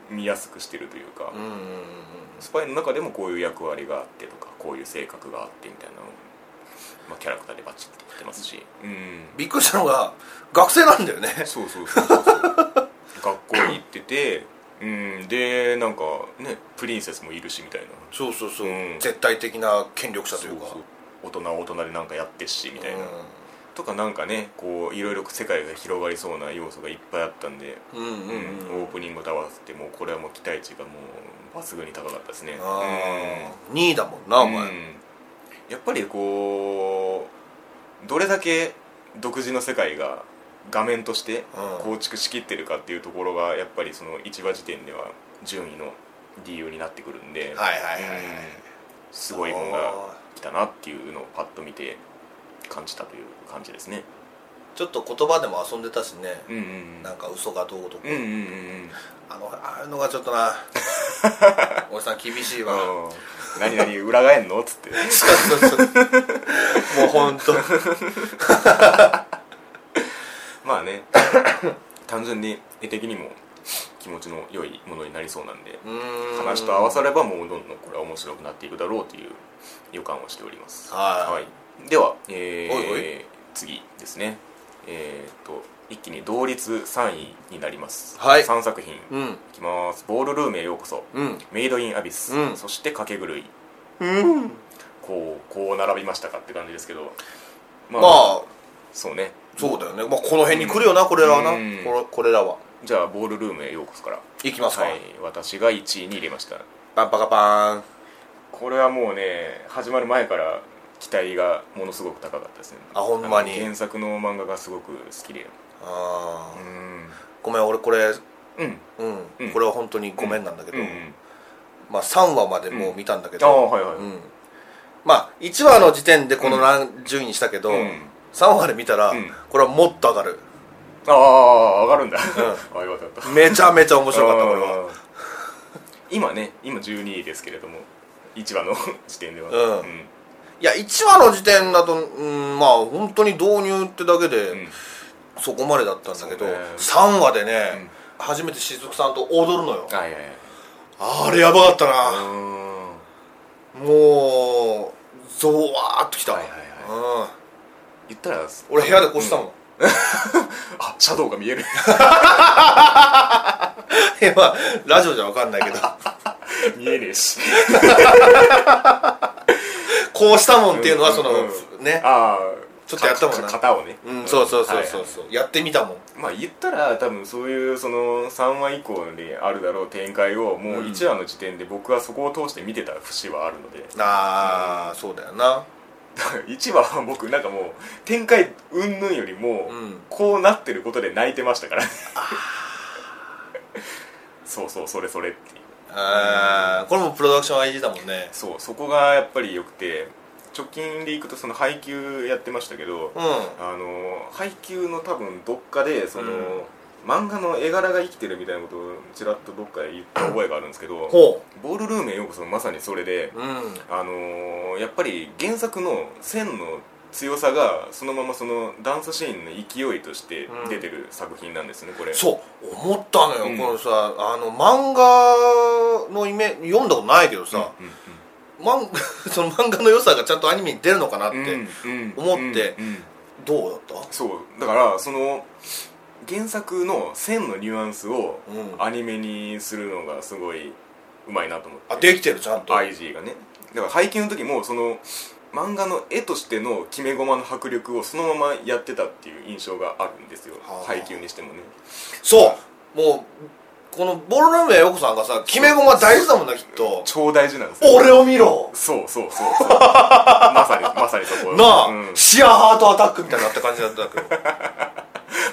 見やすくしてるというか、
うんうんうんうん
スパイの中でもこういう役割があってとかこういう性格があってみたいなのを、まあ、キャラクターでバチッと言ってますしうん
びっくりしたのが学生なんだよね
そうそうそうそうそう学校に行っててうんでなんかねプリンセスもいるしみたいな
そうそうそう、
うん
絶対的な権力者と
そ
いううか
そう大人は大人でなんかやってっしみたいな、
う
とかなんかねこういろいろ世界が広がりそうな要素がいっぱいあったんで、
んうん
う
うん
ん
うん
オープニングと合わせてもうこれはもう期待値がもう抜群に高かったですね
あー2位だもんなお
うん
前、
やっぱりこうどれだけ独自の世界が画面として
うん
構築しきってるかっていうところがやっぱりその1話時点では順位の理由になってくるんで、
はいはいはいはい
うんすごいもんが来たなっていうのをパッと見て感じたという感じですね
ちょっと言葉でも遊んでたしね、
うんうんうん
なんか嘘がどうとか、
うんうんうん
あのああいうのがちょっ となおじさん厳しい
うんう
わ
ん何何裏返んのっつって
そうそうそうもう本当
まあね単純に絵的にも気持ちの良いものになりそうなんで話と合わさればもうどんどんこれは面白くなっていくだろうという予感をしております
はい
では、えー
おいおい
次ですねえーっと一気に同率3位になります、
はい
3作品、い
うん
きます「ボールルームへようこそ」
うん
メイド・イン・アビス」
うん
そして「かけ狂い
うん」
こうこう並びましたかって感じですけどま
まあ
そうね
そうだよね、まあ、この辺に来るよなこれらはな、
うん
これこれらは
じゃあ「ボールルームへようこそ」から
いきますか、
はい私が1位に入れました
パンパカパーン
これはもうね始まる前から期待がものすごく高かったですね
あほんまに
あの原作の漫画がすごく好きで
あ
う
ー
ん
ごめん俺これ
うん
うん、
うん
これは本当にごめんなんだけど、
うんうん
まあ、3話までもう見たんだけ
ああ
ど、
はいはい、
うんまあ、1話の時点でこのラン順位にしたけ
う
ど、
ん
3話で見たら、
うん
これはもっと上がる
ああ上がるんだ、
う
あよかったよかった
めちゃめちゃ面白かったこれは
あー今ね今12位ですけれども1話の 時点では
うんいや1話の時点だと、うん、まあ本当に導入ってだけで、
ん
そこまでだったんだけ
そ
ど、
うね
3話でね、初めてしずくさんと踊るのよ
はいはいはい
あれやばかったな、
うん
もうゾワーっときた、
はいはい言ったら
うん、俺部屋で越したもん、
あシャドウが見え る
いやまあラジオじゃ分かんない けど
見えねえし
こうしたもんっていうのはその、
うんうんうん
ね
ああ
ちょっとやったもんな
型をね
うん、そうそうそ
は
う
いはい
そうそう、やってみたもん
まあ言ったら多分そういうその3話以降にあるだろう展開をもう1話の時点で僕はそこを通して見てた節はあるので
ああ、そうだよな
1話は僕なんかもう展開云々よりも
うん
こうなってることで泣いてましたからね そうそうそれそれっていう
あーこれもプロダクション IG だもんね
そうそこがやっぱり良くて直近でいくとその配給やってましたけど
うん
あの配給の多分どっかでその、
うん
漫画の絵柄が生きてるみたいなことをちらっとどっかで言った覚えがあるんですけど
ほ
ボールルームへようこそまさにそれで
う、うん
あのーやっぱり原作の線の強さがそのままそのダンスシーンの勢いとして出てる作品なんですね、これ
そう思ったのよ、
うん
このさあの漫画のイメ読んだことないけどさ、
うんうん
マンその漫画の良さがちゃんとアニメに出るのかなって、
うん
思って
うんうん
どうだっ
そうだからその原作の線のニュアンスを
た、うん、あ
アニメにするのがすごいうまいなと思って
できてるちゃんと、
IG がねだから配給の時もその漫画の絵としての決め駒の迫力をそのままやってたっていう印象があるんですよ
はあ
配給にしてもね
そうもうこのボロラムや横さんがさ決め駒大事だもんなきっと
超大事なんですよ
俺を見ろ
そうそうそう そうまさにまさにそこ
なあ、
うん
シアハートアタックみたいになった感じだったけど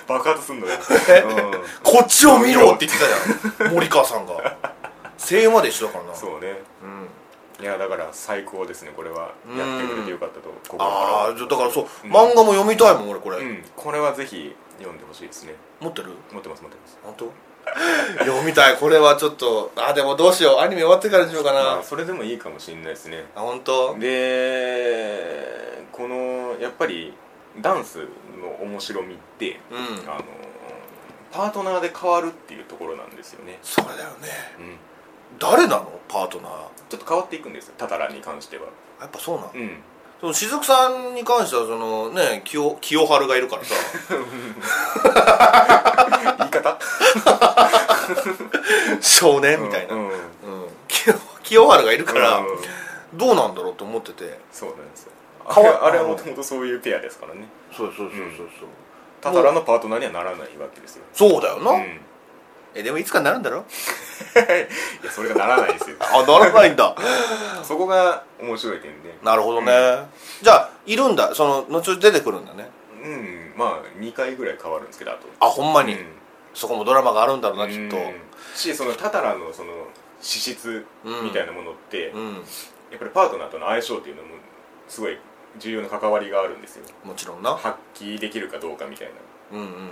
爆発すんのよ、うん
こっちを見ろって言ってたじゃん 森川さんが声優まで一緒だからな
そうね
う
い
ん
やだから最高ですねこれは
うん
やってくれてよかったと心
あ
か
あだからそう、
うん
漫画も読みたいもん俺これ、
らうんこれはぜひ読んでほしいですね
持ってる
持ってます持ってます
本当 読みたいこれはちょっとあでもどうしようアニメ終わってからにしようかな、
まあそれでもいいかもしれないですね
あ本当
でこのやっぱりダンスの面白みって、
うん
あのパートナーで変わるっていうところなんですよね、
それだよね
うん、
誰なのパートナー
ちょっと変わっていくんですよタタラに関しては
やっぱそうなの、
うん
その雫さんに関してはそのね清清春がいるからさ
言い方
少年 みたいな、う
うんんうん
清清春がいるから、
うん
どうなんだろうと思ってて
そうなんですよあ
変
れ
わ
あれはもともとそういうペアですからね
そうそうそう
そうそう
そう、
タタラのパートナーにはならないわけですよ、
そうだよな、
うん、い
えでもいつかなるんだろ
やそれがならないですよ
あならないんだ
そこが面白い点で
なるほどね、じゃあいるんだその後々出てくるんだね
うんまあ2回ぐらい変わるんですけどあと
あほんまに、
うん
そこもドラマがあるんだろうなきっと
うんしそのタタラのその資質みたいなものって、
うん、
やっぱりパートナーとの相性っていうのもすごい重要な関わりがあるんですよ
もちろんな
発揮できるかどうかみたいな
うんうんうん、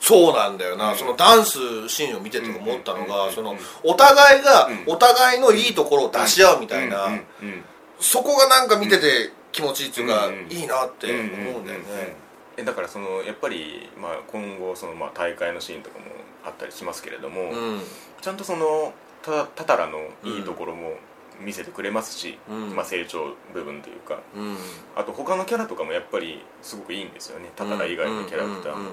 そうなんだよな、
うん
そのダンスシーンを見てて思ったのが、
うん
そのお互いが
うん
お互いのいいところを出し合うみたいな、
うんうんうん
そこがなんか見てて気持ちいいっていうか、
うんうん
いいなって思うんだよね、
えだからそのやっぱり、まあ、今後その、まあ、大会のシーンとかもあったりしますけれども、
うん
ちゃんとそのタタタラのいいところも見せてくれますし、
うん
まあ、成長部分というか
うん
あと他のキャラとかもやっぱりすごくいいんですよねタタラ以外のキャラクター
うん
も
うんうんう
っ
ん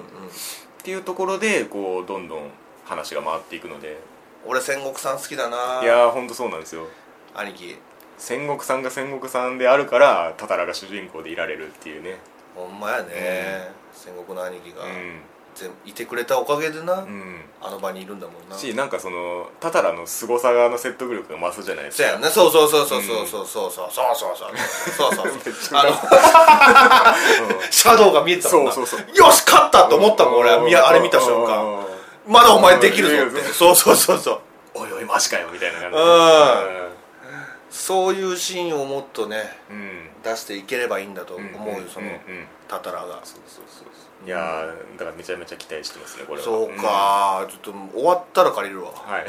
ていうところでこうどんどん話が回っていくので
俺戦国さん好きだない
やーほんとそうなんですよ
兄貴
戦国さんが戦国さんであるからタタラが主人公でいられるっていうね
ほんまやね、戦国の兄貴が、
う
全部いてくれたおかげで
んう
な、
ん
あの場にいるんだもんな
しなんかそのタタラの凄さの説得力が増すじゃないです
そ
か
うやんねそうそうそうそうそうそうそうそうそうそうそうそうそうそうあのシャドウが見えてたもんな
そうそうそ
よし勝ったと思ったもん俺は
うん
みやあれ見た瞬
う
間
ん
まだお前できるぞ
うん
ってそうそうそうそう
おいおいマジかよみたいな感
そういうシーンをもっとね
じうんうん
出していければいいんだと思うよその
んん
タタラが
そうそうそうそういやーだからめちゃめちゃ期待してますねこれは
そうかちょっと終わったら借りるわ
うんはい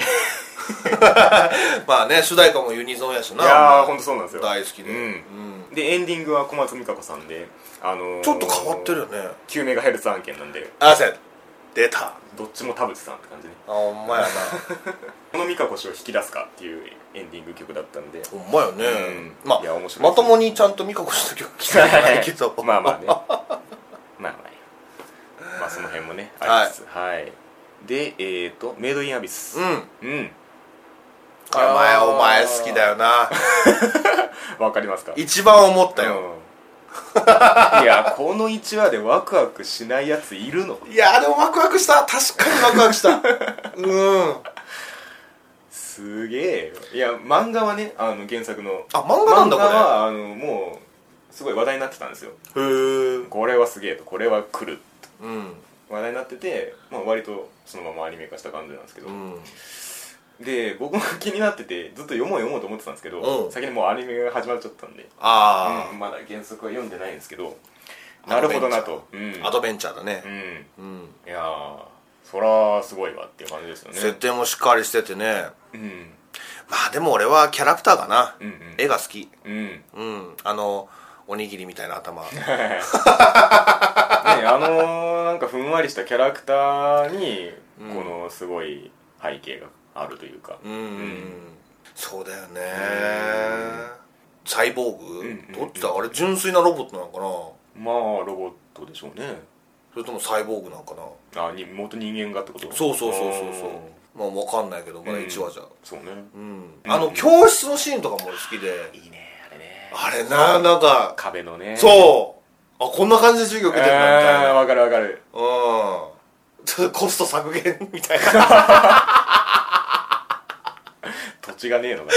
まあね主題歌もユニゾンやし
い
な
やーほんとそうなんですよ
大好きで
う
うん
んでエンディングは小松美香子さんであのー
ちょっと変わってるよね
9メガヘルツ案件なんで
あせ出たあ
どっちも田淵さんって感じね
ほ んまやな
この美香子氏を引き出すかっていうエンディング曲だったんで
ほんまよね
うん
まあ
いや面白い
まともにちゃんと美香子氏の曲聴いてないけ ど
まあまあねまあまあまあその辺もね
はい
ありつつはい、でえっ、ー、とメイドインアビス
うん
うん
これお前お前好きだよな
わかりますか
一番思ったよ、
うんいやこの1話でワクワクしないやついるの
いやでもワクワクした確かにワクワクしたうん
すげえよいや漫画はねあの原作の
あ漫画なんだ
漫
こ
画
れ
はあのもうすごい話題になってたんですよ
へえ
これはすげえとこれは来る
うん
話題になってて、まあ、割とそのままアニメ化した感じなんですけど、
うん
で僕も気になっててずっと読もう読もうと思ってたんですけど、
うん
先にもうアニメが始まっちゃったんで、
あ
うんまだ原則は読んでないんですけど
あ
なるほどなと、うん
あ、アドベンチャーだね
うん
うん、
いやーそらすごいわっていう感じですよね
設定もしっかりしててね
うんうん
まあでも俺はキャラクターかな、
うん
絵が好き
うんね
うんあのおにぎりみたいな頭
あのー、なんかふんわりしたキャラクターにこのすごい背景があるというか、
うん、
ん
そうだよねサイボーグ、
んうん
どっちだあれ純粋なロボットなのかな
まあロボットでしょうね
それともサイボーグなんかな
あに元人間がってこと
そうそうそうそうそう
あ
まあ分かんないけどまだ
ー
1話じゃ
うんそうね
うん、
うん
あの教室のシーンとかも俺好きで
いいねあれね
あれななんか
壁のね
そうあこんな感じで授業受けてるなみた
えー
いな
わかるわかる
うんちょっとコスト削減みたいな
ちがねえのが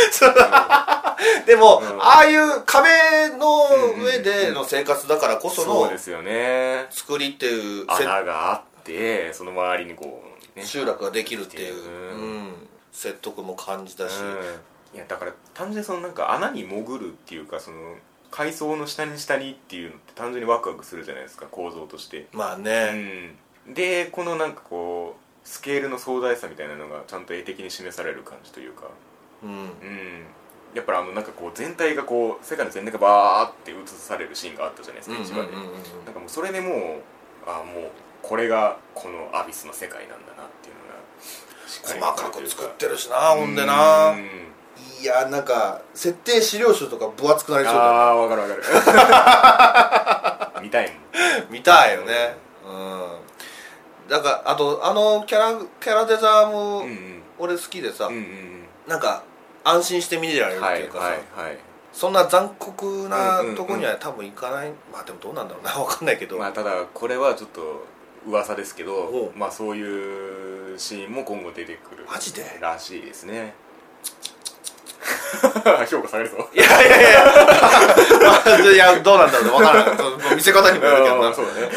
でも、
うん
ああいう壁の上での生活だからこそ
そう
の
ですよね
作りっていうせ
穴があってその周りにこうね
集落ができるっていう、
う
うん説得も感じたし、
うん、いやだから単純にそのなんか穴に潜るっていうかその階層の下に下にっていうのって単純にワクワクするじゃないですか構造として、
まあ
う
ね、
ん、でこのなんかこうスケールの壮大さみたいなのがちゃんと絵的に示される感じというか
うん
うんやっぱりあのなんかこう全体がこう世界の全体がバーって映されるシーンがあったじゃないです
うん
か、
うん
一話で、
うんうんうん
なんかもうそれでもうああもうこれがこのアビスの世界なんだなっていうのがしっか
細
り
かく作ってるしなほんで
う
なんいやなんか設定資料集とか分厚くなりそうだ
ああわかるわか る見たいもん
見たいよねうんだからあとあのキャラキャラデザーも、
うんうん
俺好きでさ、
うんうん
なんか安心して見てられ
う
る
ん
っ
は
て
い
いうかさ、
はいはい
そんな残酷な
うんうんうん
とこには多分行かない、まあでもどうなんだろうな わかんないけど、
まあただこれはちょっと噂ですけど
おう
まあそういうシーンも今後出てくる
マジで
らしいです ね評価されるぞ
いやいやいや まあいやどうなんだろうわからないその見せ方にもよるけど
う
な ん
そうだね
うん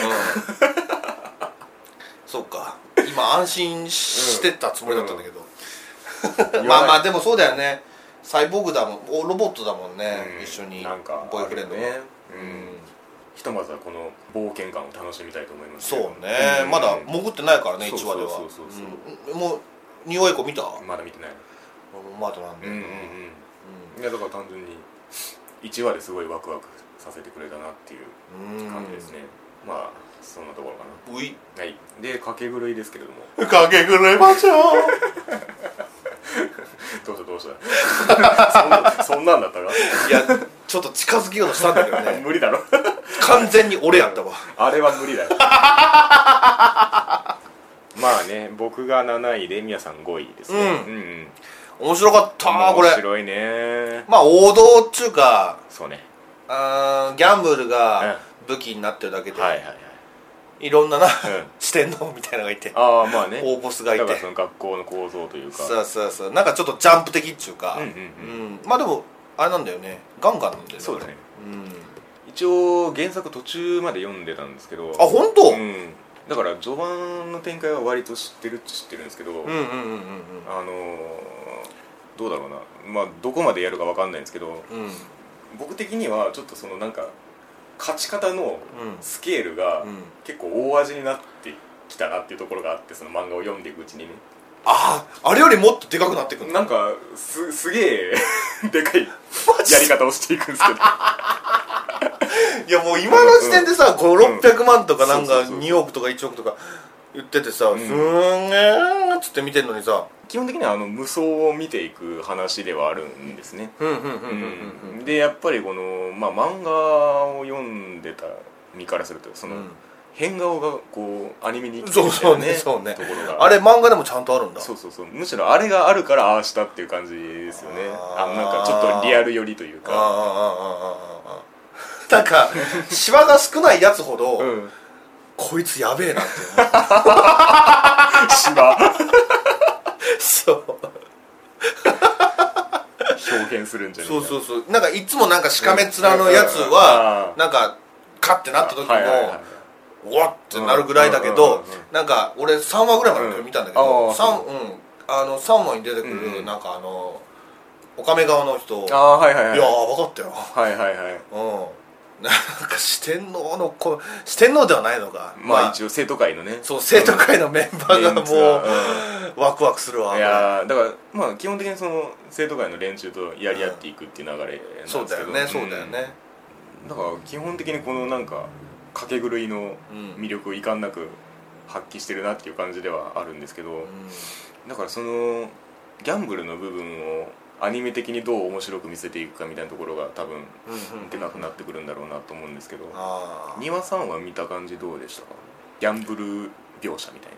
そうか今安心してたつもりだったんだけど、まあまあでもそうだよねサイボーグだもんおロボットだもんね、
うん
一緒に
なんか
ボーイフレンド
あ
が
るよねう
うん
んひとまずはこの冒険感を楽しみたいと思います
そ
け
う
ど
ね、
ん
まだ潜ってないからね
そう
1話では
そうそうそう
うんもう匂い子見た俺も
まだ見てない
まだなん
う
だ
んうんうん
よな、
いやだから単純に1話ですごいワクワクさせてくれたなっていう
うん
感じですねまあそんなところか
うい
なはいで掛け狂いですけ れども
かけ狂いましょう
どうしたどうした そんそんなんだったか
いやちょっと近づきようとしたんだけどね
無理だろ
完全に俺やったわ
あれは無 理だよまあね僕が7位で宮さん5位ですね
うん
うんうん
面白かったなこれ
面白いね
まあ王道っちゅうか
そうね
あーギャンブルが武器になってるだけで、
はいはいはい
い、ろんなな、
ん
四天王みたいなのがいて
ああまあね
大ボスが
だ
いて
からその学校の構造というか
そうそうそうなんかちょっとジャンプ的っちゅうか、
うんうんうん
うんまあでもあれなんだよねガンガンなんだよね
そうだね
うん
一応原作途中まで読んでたんですけど
あ本当、う、
うんんだから序盤の展開は割と知ってるっちゃ知ってるんですけど、
うんうんうんうん
あのーどうだろうなまあどこまでやるかわかんないんですけど
うん
僕的にはちょっとそのなんか勝ち方の
うん
スケールが
うん
結構大味になってきたなっていうところがあってその漫画を読んでいくうちにね
あああれよりもっとでかくなってくる
なんかすすげえ でかいやり方をしていくんですけど
いやもう今の時点でさ5600万とかなん
そう
か
そうそう
2億とか1億とか言っててさ、
ん
すんげえっつって見てんのにさ
基本的にはあの無双を見ていく話ではあるんですね
うんうんうんうんうん
でやっぱりこの、まあ、漫画を読んでた身からするとその、
うん
変顔がこうアニメに生きて
そ
る
う
みたい
そう
な
ねそうね
ところが
あれ漫画でもちゃんとあるんだ
そうそうそうむしろあれがあるからああしたっていう感じですよね
あ
あ
ー
のなんかちょっとリアル寄りという
ああ
か
ああああああなんかシワが少ないやつほど、
うん
こいつやべえなって 思う
芝
そう
表現するんじゃないか
そ
な
うそうそうなんかいつもなんかしかめっ面のやつは
うん
なんかカッてなった時も
はいはいはい
おわってなるぐらいだけど
うんうんうんう
なんか俺3話ぐらいまで今日見たんだけ
うんあ
ど
あ
三うんあの3話に出てく
うんう
る
ん
なんかあのおかめ顔の人いや
あーはいはいは
ー
い
分かったよ
はいはいはい
うんなんか四天王の子四天王ではないのか
まあ一応生徒会のね
そう生徒会のメンバーが
メンツが
もうワクワクするわ
いやーだからまあ基本的にその生徒会の連中とやり合っていくっていう流れなんですけど
そうだよねそうだよね、
うんだから基本的にこのなんか掛け狂いの
うん
魅力を遺憾なく発揮してるなっていう感じではあるんですけど
うん
だからそのギャンブルの部分をアニメ的にどう面白く見せていくかみたいなところが多分
うんうん
でかくなってくるんだろうなと思うんですけど
あー
庭さんは見た感じどうでしたかギャンブル描写みたい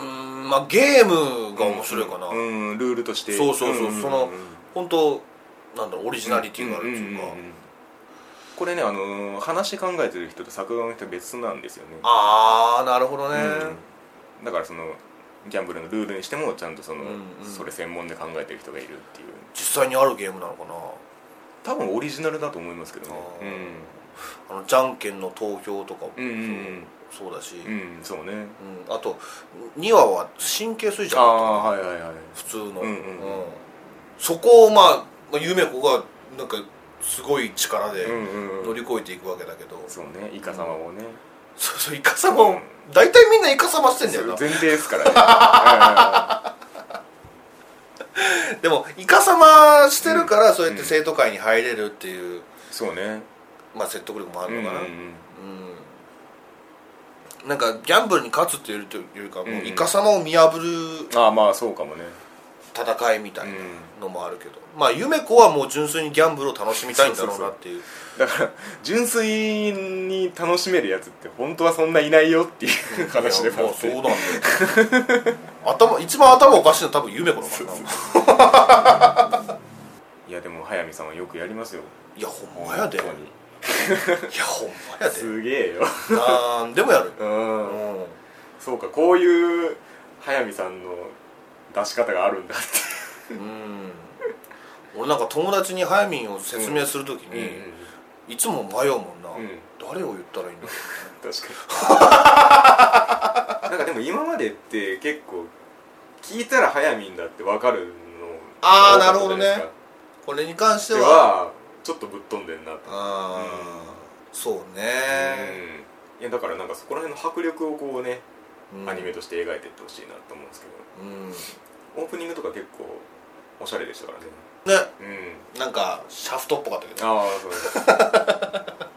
な
うーんまあゲームが面白いかな、
うんうんルールとして
そうそうそう,、
んんん
その本当なんだろうオリジナリティがあるっていうか、
んんんんこれねあのー話考えてる人と作画の人は別なんですよね
ああなるほどね、
うんだからそのギャンブルのルールにしてもちゃんとその、
うんうん
それ専門で考えてる人がいるっていう
実際にあるゲームなのかな
多分オリジナルだと思いますけどね
あーあのじゃんけんの投票とかも
うんうんうん
そうそうだし、う
うんん、うん、そうね
あと2話は神経衰
あ
弱だっ
あはいはいはい
た普通の、
うんうんうん
そこをまあまあ夢子がなんかすごい力で
うんうん
乗
うん
り越えていくわけだけど、
そうねイカ様もね、
そうそうイカ様を大体みんなイカ様してんだよな
前提ですからね
でもイカ様してるからそうやって生徒会に入れるっていう、
うんそうね
まあ説得力もあ
うんう
る
ん
の
う
かな、
ん
うんなんかギャンブルに勝つっていうよりかも
うんう
うんイカ様を見破る
ああまあそうかもね
戦いみたいな
うん
のもあるけど、まあ夢子はもう純粋にギャンブルを楽しみたいんだろうなっていう
だから純粋に楽しめるやつって本当はそんないないよっていう話で
いや
も
も
あ
う
っ
そ
て
うなんだよ頭一番頭おかしいのは多分夢子だからな
そうそういやでも速水さんはよくやりますよ
いやほんまやでいや
本当に
ほんまやです
げえよ
なんでもやる
う
うんん
そうかこういう速水さんの出し方があるんだっ
うん俺なんか友達に早見を説明するとき
て
に、いつも迷うもんな、
うん
誰を言ったらいいんだろ
確かになんかでも今までって結構聞いたら早見んだって分かるの
あー
が多かったじゃいですか
なるほどねうこれに関して
で
は
はちょっとぶっ飛んでんなと
ああ、そうね、
うんいやだからなんかそこら辺の迫力をこうね
うん
アニメとして描いていってほしいなと思うんですけど
うんね
オープニングとか結構おしゃれでしたからねうん
なんかシャフトっぽかったけど
ああそうです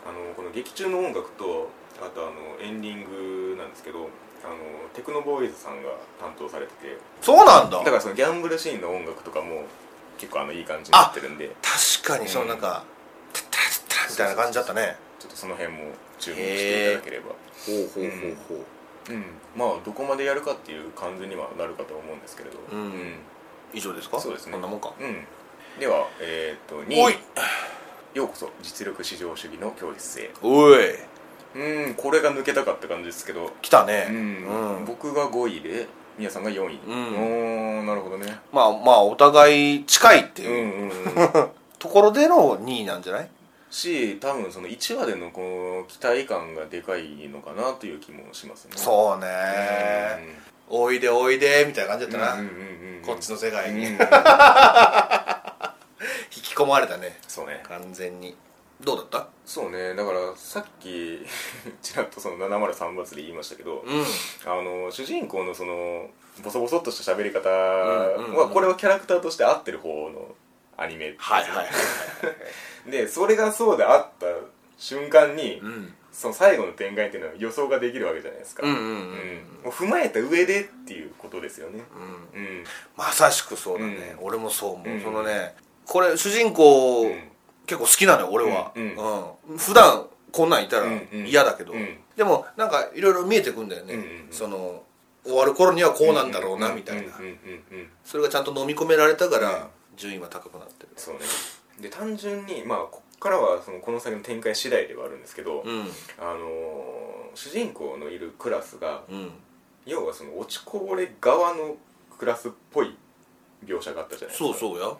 あのこの劇中の音楽とあとあのエンディングなんですけどあのテクノボーイズさんが担当されてて
そうなんだ
だからそのギャンブルシーンの音楽とかも結構あのいい感じになってるんで
確かにそのなんか、タッタッタッタッみたいな感じだったね
ちょっとその辺も注目していただければ
ほうほ
うほう
ほ
う
う
んまあどこまでやるかっていう感じにはなるかと思うんですけれど
うん以上ですか
そうですね
こんなもんか
うんではえーっと
おい
2ようこそ実力至上主義の教室へ
おい
うんこれが抜けたかった感じですけど
来たね
うん
うん
僕が5位で宮さんが4位
うん
おーなるほどね
まあまあお互い近いって
う
いうん
うんうん
ところでの2位なんじゃない
し多分その1話でのこの期待感がでかいのかなという気もしますねう
そうね
ね
おいでおいでみたいな感じだったな、
うんうんうんうん
こっちの世界に、
う
引
ん
き込まれたね
そうね
完全にどうだった
そうねだからさっき ちらっとその703罰で言いましたけど、
うん
あの主人公のそのボソボソっとした喋り方
うんうんう
は
ん
これはキャラクターとして合ってる方のアニメ
はいはいはい
でそれがそうであった瞬間に、
うん
その最後の展開っていうのは予想ができるわけじゃないですか、
うんうんうん
うんもう踏まえた上でっていうことですよね
うん
うん
まさしくそうだね、俺もそう思う、
うん
そのねこれ主人公、
うん
結構好きなのよ俺は、
うん
うん普段こんなんいたら
うんうん
嫌だけど、
うん
でもなんかいろいろ見えてくんだよね、
うんうんうん
その終わる頃にはこうなんだろうなみたいな、
うんうんうんうん
それがちゃんと飲み込められたから順位は高くなってる
そうねで単純にまあこっからはそのこの先の展開次第ではあるんですけど、
うん
あのー主人公のいるクラスが
うん
要はその落ちこぼれ側のクラスっぽい描写があったじゃないですか
そうそうやっ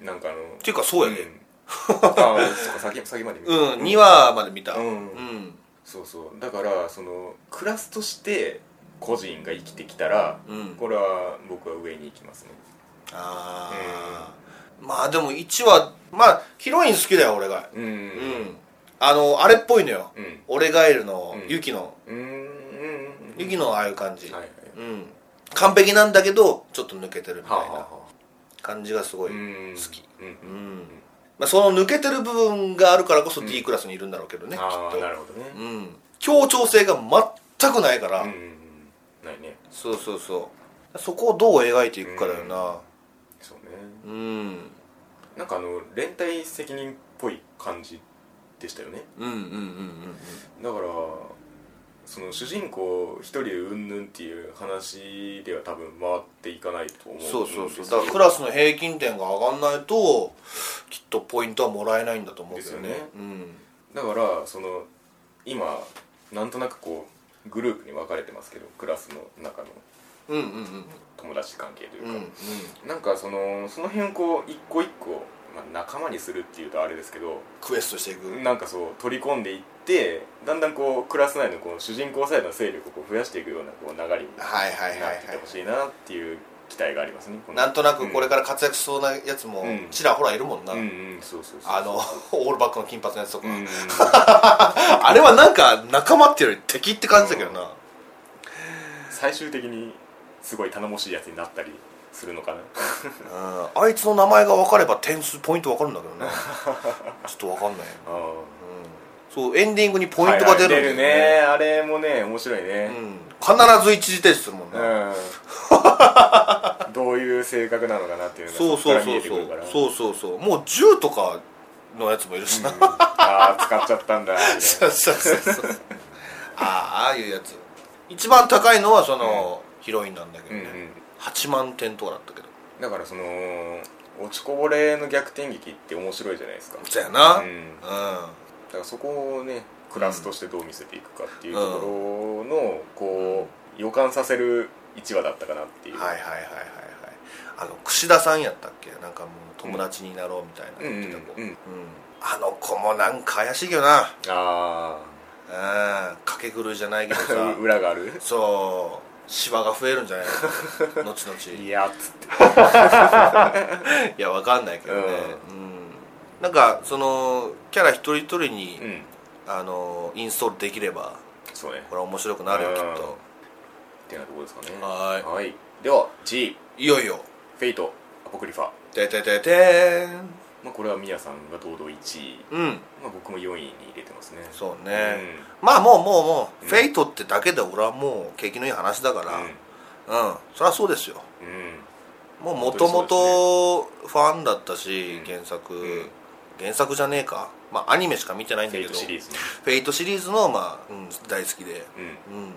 うなんかあの
ていうかそうやね、
んああそうか先先まで見た
うん、2話まで見た
うん
うん
そうそうだからそのクラスとして個人が生きてきたら、
うん
これは僕は上に行きますね
ああ、まあでも1話まあヒロイン好きだよ俺が
うん
うん、あのあれっぽいのよ、
うん
俺ガエルの
うん
ユキの、
うんうんうん
ユキのああいう感じ、
はいはい
うん完璧なんだけどちょっと抜けてるみ
はあ
たい
はあ
な
はあ
感じがすごい、
うん
好き
うん
うんまあ、その抜けてる部分があるからこそ D クラスにいるんだろうけどね、きっ
ああ
と
なるほどね
うん、協調性が全くないから、
うんうんうんないね
そうそうそうそこをどう描いていくかだよな
そうね
うん、
なんかあの連帯責任っぽい感じでしたよね
うん、うんうん
だからその主人公一人うんぬんっていう話では多分回っていかないと思うんです
そ
よ
うそうそうだからクラスの平均点が上がんないときっとポイントはもらえないんだと思うんだよね
ですよね
うん
だからその今なんとなくこうグループに分かれてますけどクラスの中の
うんうんうん
友達関係という
う
か、
んうん
なんかそのその辺をこう一個一個、まあ、仲間にするっていうとあれですけど
クエストしていく
なんかそう取り込んでいってだんだんこうクラス内のこう主人公サイドの勢力をこう増やしていくようなこう流れになっ
はいはいはいは
ていってほ
い
しいなっていう期待がありますねこの
なんとなくこれから活躍しそうなやつも
うん
ちらほらいるもんな、
うんうんそうそうそう
あの オールバックの金髪のやつとか、
うん
あれはなんか仲間っていうより敵って感じだけどな、
最終的にすごい頼もしいやつになったりするのかな
うんあいつの名前が分かれば点数ポイント分かるんだ けどなちょっと分かんない、
あー
うん、そうエンディングに ポイントが出る
はいはい
んだよね,、
出るねあれもね面白いね
うん、必ず一時停止するもん
う
ね、
んどういう性格なのかなっていうのが
そうそ
こっか
うそうそ
ら見えてくるか
う
ら
そうそうそうもう銃とかのやつもいるしな、
うんああ使っちゃった んだみたいな
そうそうそうそうああああいうやつ一番高いのはその、ヒロインなんだけど
うんう
ね、
ん
8万点とかだったけど
だからその落ちこぼれの逆転劇って面白いじゃないですか
そやな
う
うん、
んだからそこをねクラスとしてどう見せていくかっていうところのこう予感させる1話だったかなっていう
はいはいはいはいはいあの櫛田さんやったっけなんかもう友達になろうみたいな
うん
言
う
ってた子、
んうん
うんあの子もなんか怪しいけどな
あ
うんかけ狂いじゃないけど
あ
さ
裏がある
そうシワが増えるんじゃない の後々
いやっつって
いやわかんないけどね、うんなんかそのキャラ一人一人に、
うん
あのインストールできれば
そうね
これは面白くなるよ
うん
きっと
ってなところですかね
はーい
はいでは G
いよいよ
フェイトアポクリファ
ててててーん
まあこれはミヤさんが堂々1位
うん
まあ僕も4位に入れてますね
そう
う
ね、まあもうもうもう、フェイトってだけで俺はもう景気のいい話だからうん、そりゃそうですよ
うんうん
もう
本
も
当にそうで
とも
す
とファンだったし、
うん
原作、
うん
原作じゃねえかまあアニメしか見てないん
フ
だ
ェイ
けど
トシリーズね
フェイトシリーズのまあ、うん、大好きで
うん
うん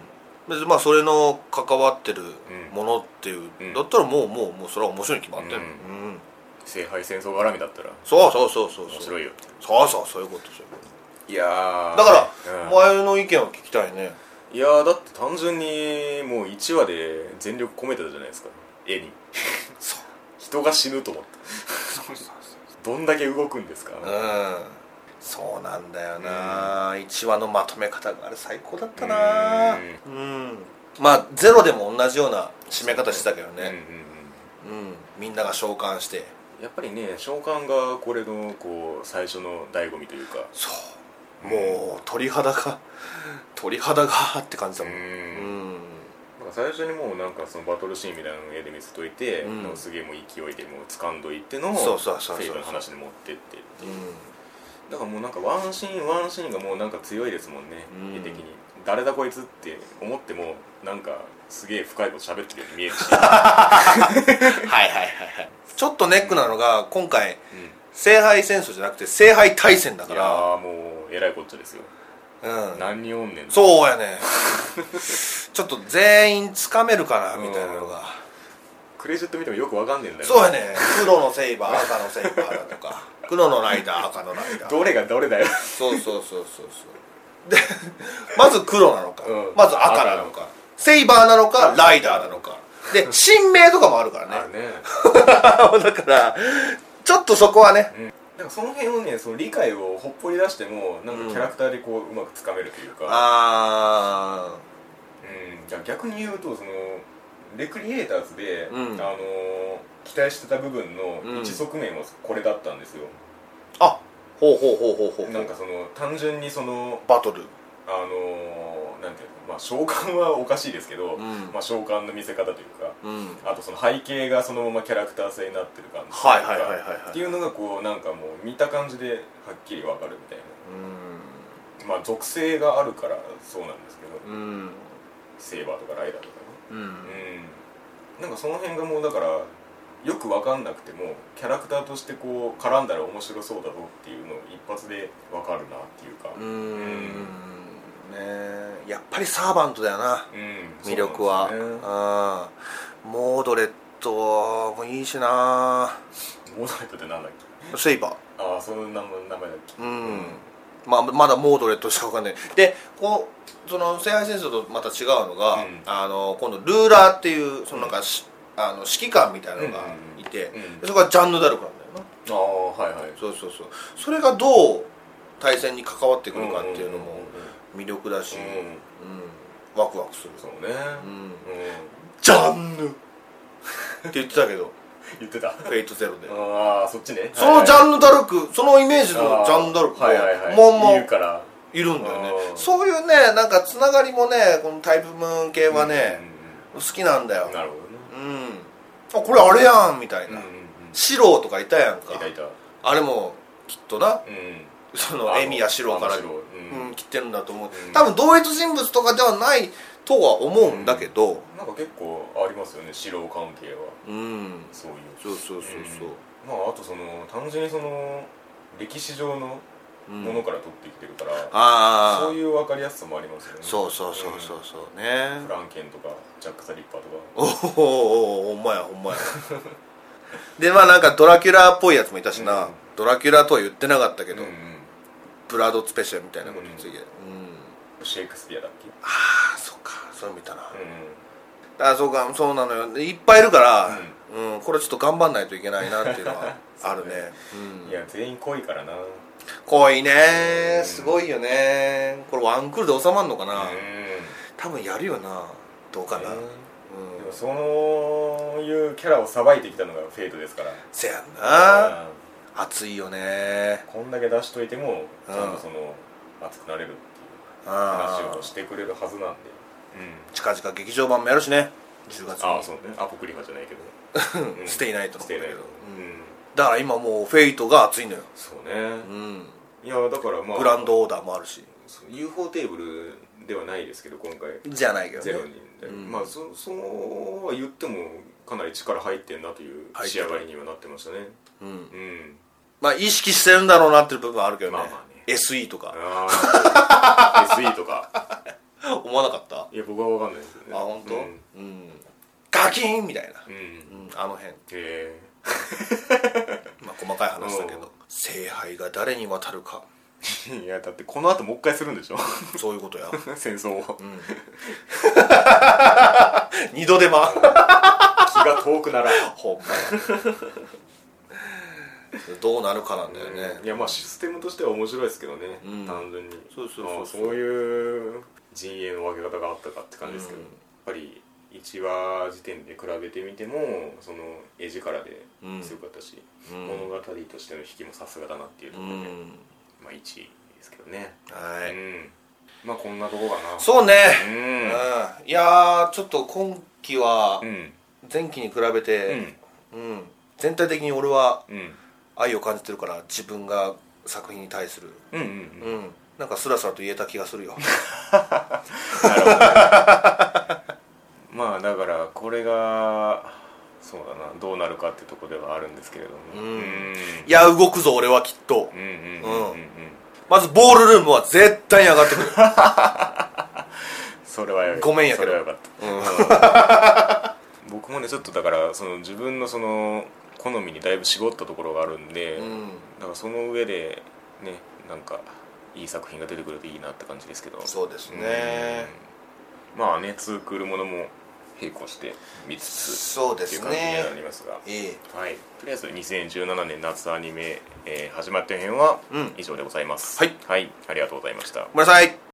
別にまあそれの関わってるものっていう、
うん
だったらもうもうもうそれは面白いに決まってる、
う
うん、
聖杯戦争絡みだったら
そうそうそうそう
面
そう
白いよ
そうそうそういうことそういうこ
いやー
とだから、
うん
お前の意見を聞きたいね
いやーだって単純にもう1話で全力込めてたじゃないですか絵に
そう
人が死ぬと思ってどんだけ動くんですか、
うんそうなんだよな、一1話のまとめ方があれ最高だったなうん、まあゼロでも同じような締め方してたけど
うんうんうん
ね、うんみんなが召喚して
やっぱりね召喚がこれのこう最初の醍醐味というか
そうもう鳥肌が鳥肌がって感じだもんうん、
んなんか最初にもうなんかそのバトルシーンみたいなのを絵で見せといて、
うん
なんかすげえもう勢いでもう掴んどいての
そうそうそうそう
フェイトの話に持ってってっていう
う
だからもうなんかワンシーンワンシーンがもうなんか強いですもんね、
うん
絵的に誰だこいつって思ってもなんかすげえ深いこと喋ってるように見える し、
ん、はいはいはいはいちょっとネックなのが今回聖杯戦争じゃなくて聖杯大戦だ
うん、い
か
や
ら
ーもうえらいこっちゃですよ、
うん
何におんねんう
そうやね ちょっと全員つかめるかなみたいなのが、
クレジット見てもよくわかんねえんだよ
そうやね黒のセイバー赤のセイバーだとか黒のライダー赤のライダー
どれがどれだよ
そうそうそうそうそうでまず黒なのか、
うん
まず赤なのかセイバーなのかライダーなのかで新名とかもあるから
あ
ね
るね
だからちょっとそこはね
なんかその辺をねその理解をほっぽり出してもなんかキャラクターでこううまくつかめるというか、
あ
うん、じゃあ逆に言うとそのレクリエイターズで、
うん
あのー期待してた部分の一側面はこれだったんですよ、
ーあほうほうほうほうほう
なんかその単純にその
バトル
あのーなんていうのまあ召喚はおかしいですけど、
ん
まあ召喚の見せ方というか
うん
あとその背景がそのままキャラクター性になってる感じとうか
はいはいはいはいはい
っていうのがこうなんかもう見た感じではっきりわかるみたいなまあ属性があるからそうなんですけど、
うん
セーバーとかライダーとか
うん、うん
ねうんなんかその辺がもうだからよくわかんなくてもキャラクターとしてこう絡んだら面白そうだぞっていうのを一発でわかるなっていうか
うーんねやっぱりサーバントだよな
うん
魅力は
そうなんですね
うんモードレットもいいしな
モザイクってなんだっけ
セイバ
ああその名前名前だっけ
ーうん、まあ、まだモードレットしかわかんないでこうその聖杯戦争とまた違うのが、
うん
あの今度ルーラーっていうそのなんかし、あの指揮官みたいなのがいて、
うんうんうん
でそこがジャンヌ・ダルクなんだよな
ああはいはい
そうそうそうそれがどう対戦に関わってくるかっていうの
うんう
も
んうん
魅力だし、
うん
うんワクワクする
そうね
うん
うん
ジャンヌって言ってたけど
言ってた
フェイトゼロで
ああそっちね
そのジ
ン
ャンヌ・ダルクそのイメージ
プ
のジャンヌ・ダルクが
はいはいはい
まんま
いるから
いるんだよね
あー
そういうねなんかつながりもねこのタイプムーン系はね、好きなんだ
うんう
よ
んなるほどね
うんあこれあれやんみたい
うん
な、
うん
シローとかいたやん
うん
か
いたいたう
あれもきっとなんそ
あ
の
の
エミやシローから
あのシローうん
うん、切ってるんだと思う、
うん
多分同一人物とかではないとは思うんだけど
なんか結構ありますよね素人関係は
うん、
そういう
そうそうそう
まああとその単純にその歴史上の
そう、うん
ものから取ってきてるから、
ああ
そういう分かりやすさもありますよね
そうそうそうそうそうね
うんフランケンとかジャック・ザ・リッパーとか
おおおおお前やほんまやでまあなんかドラキュラっぽいやつもいたしな、
うん
ドラキュラとは言ってなかったけど、
うんうん
ブラードスペシャルみたいなことについて、うん
シェイクスピアだっけ
ああそっかそれ見たな、
う
あそうかそうなのよいっぱいいるから、うんこれちょっと頑張んないといけないなっていうのはあるねうん
んいや全員濃いからなうん
濃いねすごいよねこれワンクールで収まるのかな、多分やるよなどうかな、
ね
うん
でもそういうキャラをさばいてきたのがフェイトですから
せやんな
うん
熱いよね
こんだけ出しといても
う
ち
ん
ゃんとその熱くなれるっていう
あ
話
あ
をしてくれるはずなんで
近々劇場版もやるしね10月に
ああそうねアポクリファじゃないけどうん
ステイナイトの
ス
こ
テ
とだ
イナ
け
イ
ど
トうん
だから今もうフェイトが熱いのよ、
そうね
うん、
いやだからまあ
グランドオーダーもあるし
そう UFO テーブルではないですけど今回
じゃないけどね
ゼロ人で、
うん
まあそそうは言ってもかなり力入ってんなという
入って
仕
る
上がりにはなってましたね
うん、
うん
まあ意識してるんだろうなっていう部分はあるけどね,、
まあまあね
SE とか
ああ SE とか
思わなかったあ
いや僕は分かんないですよね
本当？
うん、
うん、ガキーンみたいな、
うん、
うん、あの辺
へえ
まあ、細かい話だけ
うん
ど聖杯が誰に渡るか
いやだってこの後もう一回するんでしょ
そういうことや、
戦争を
うん、二度手間
気が遠くならん
ほんまやどうなるかなんだよね、
いやまあシステムとしては面白いですけどね、
うん
単純に
そうそうそう
まあそういう陣営の分け方があったかって感じですけど、
うん
やっぱり1話時点で比べてみてもその絵力で
うん
強かったし、
うん
物語としての引きもさすがだなっていうと
う
ころで、
ん
まあ1位ですけどね、
はい、
うんまあこんなとこかな
そうね、
う
うん
ん
いやーちょっと今期は
うん
前期に比べ
う
て、
ん
うん全体的に俺は
うん
愛を感じてるから自分が作品に対する
うんうん
うん、なんかスラスラと言えた気がするよ
なるほどねまあだからこれがそうだなどうなるかってとこではあるんですけれども
うん
うん
いや動くぞ俺はきっと
うんうんうんうんうん
まずボールルームは絶対に上がってくる
それはよ
ごめんやけ
そ
ど
れはよかった、僕もねちょっとだからその自分のその好みにだいぶ絞ったところがあるんで、
うん
だからその上でねなんかいい作品が出てくるといいなって感じですけど
そうですね
うんまあねツークールものも並行して見つつ
そうで
っていう
す
感じに
ね
はなりますが
いい
はい、とりあえず2017年夏アニメ、えー始まった編は
うん
以上でございます、
はい
はい、ありがとうございました
ごめんなさい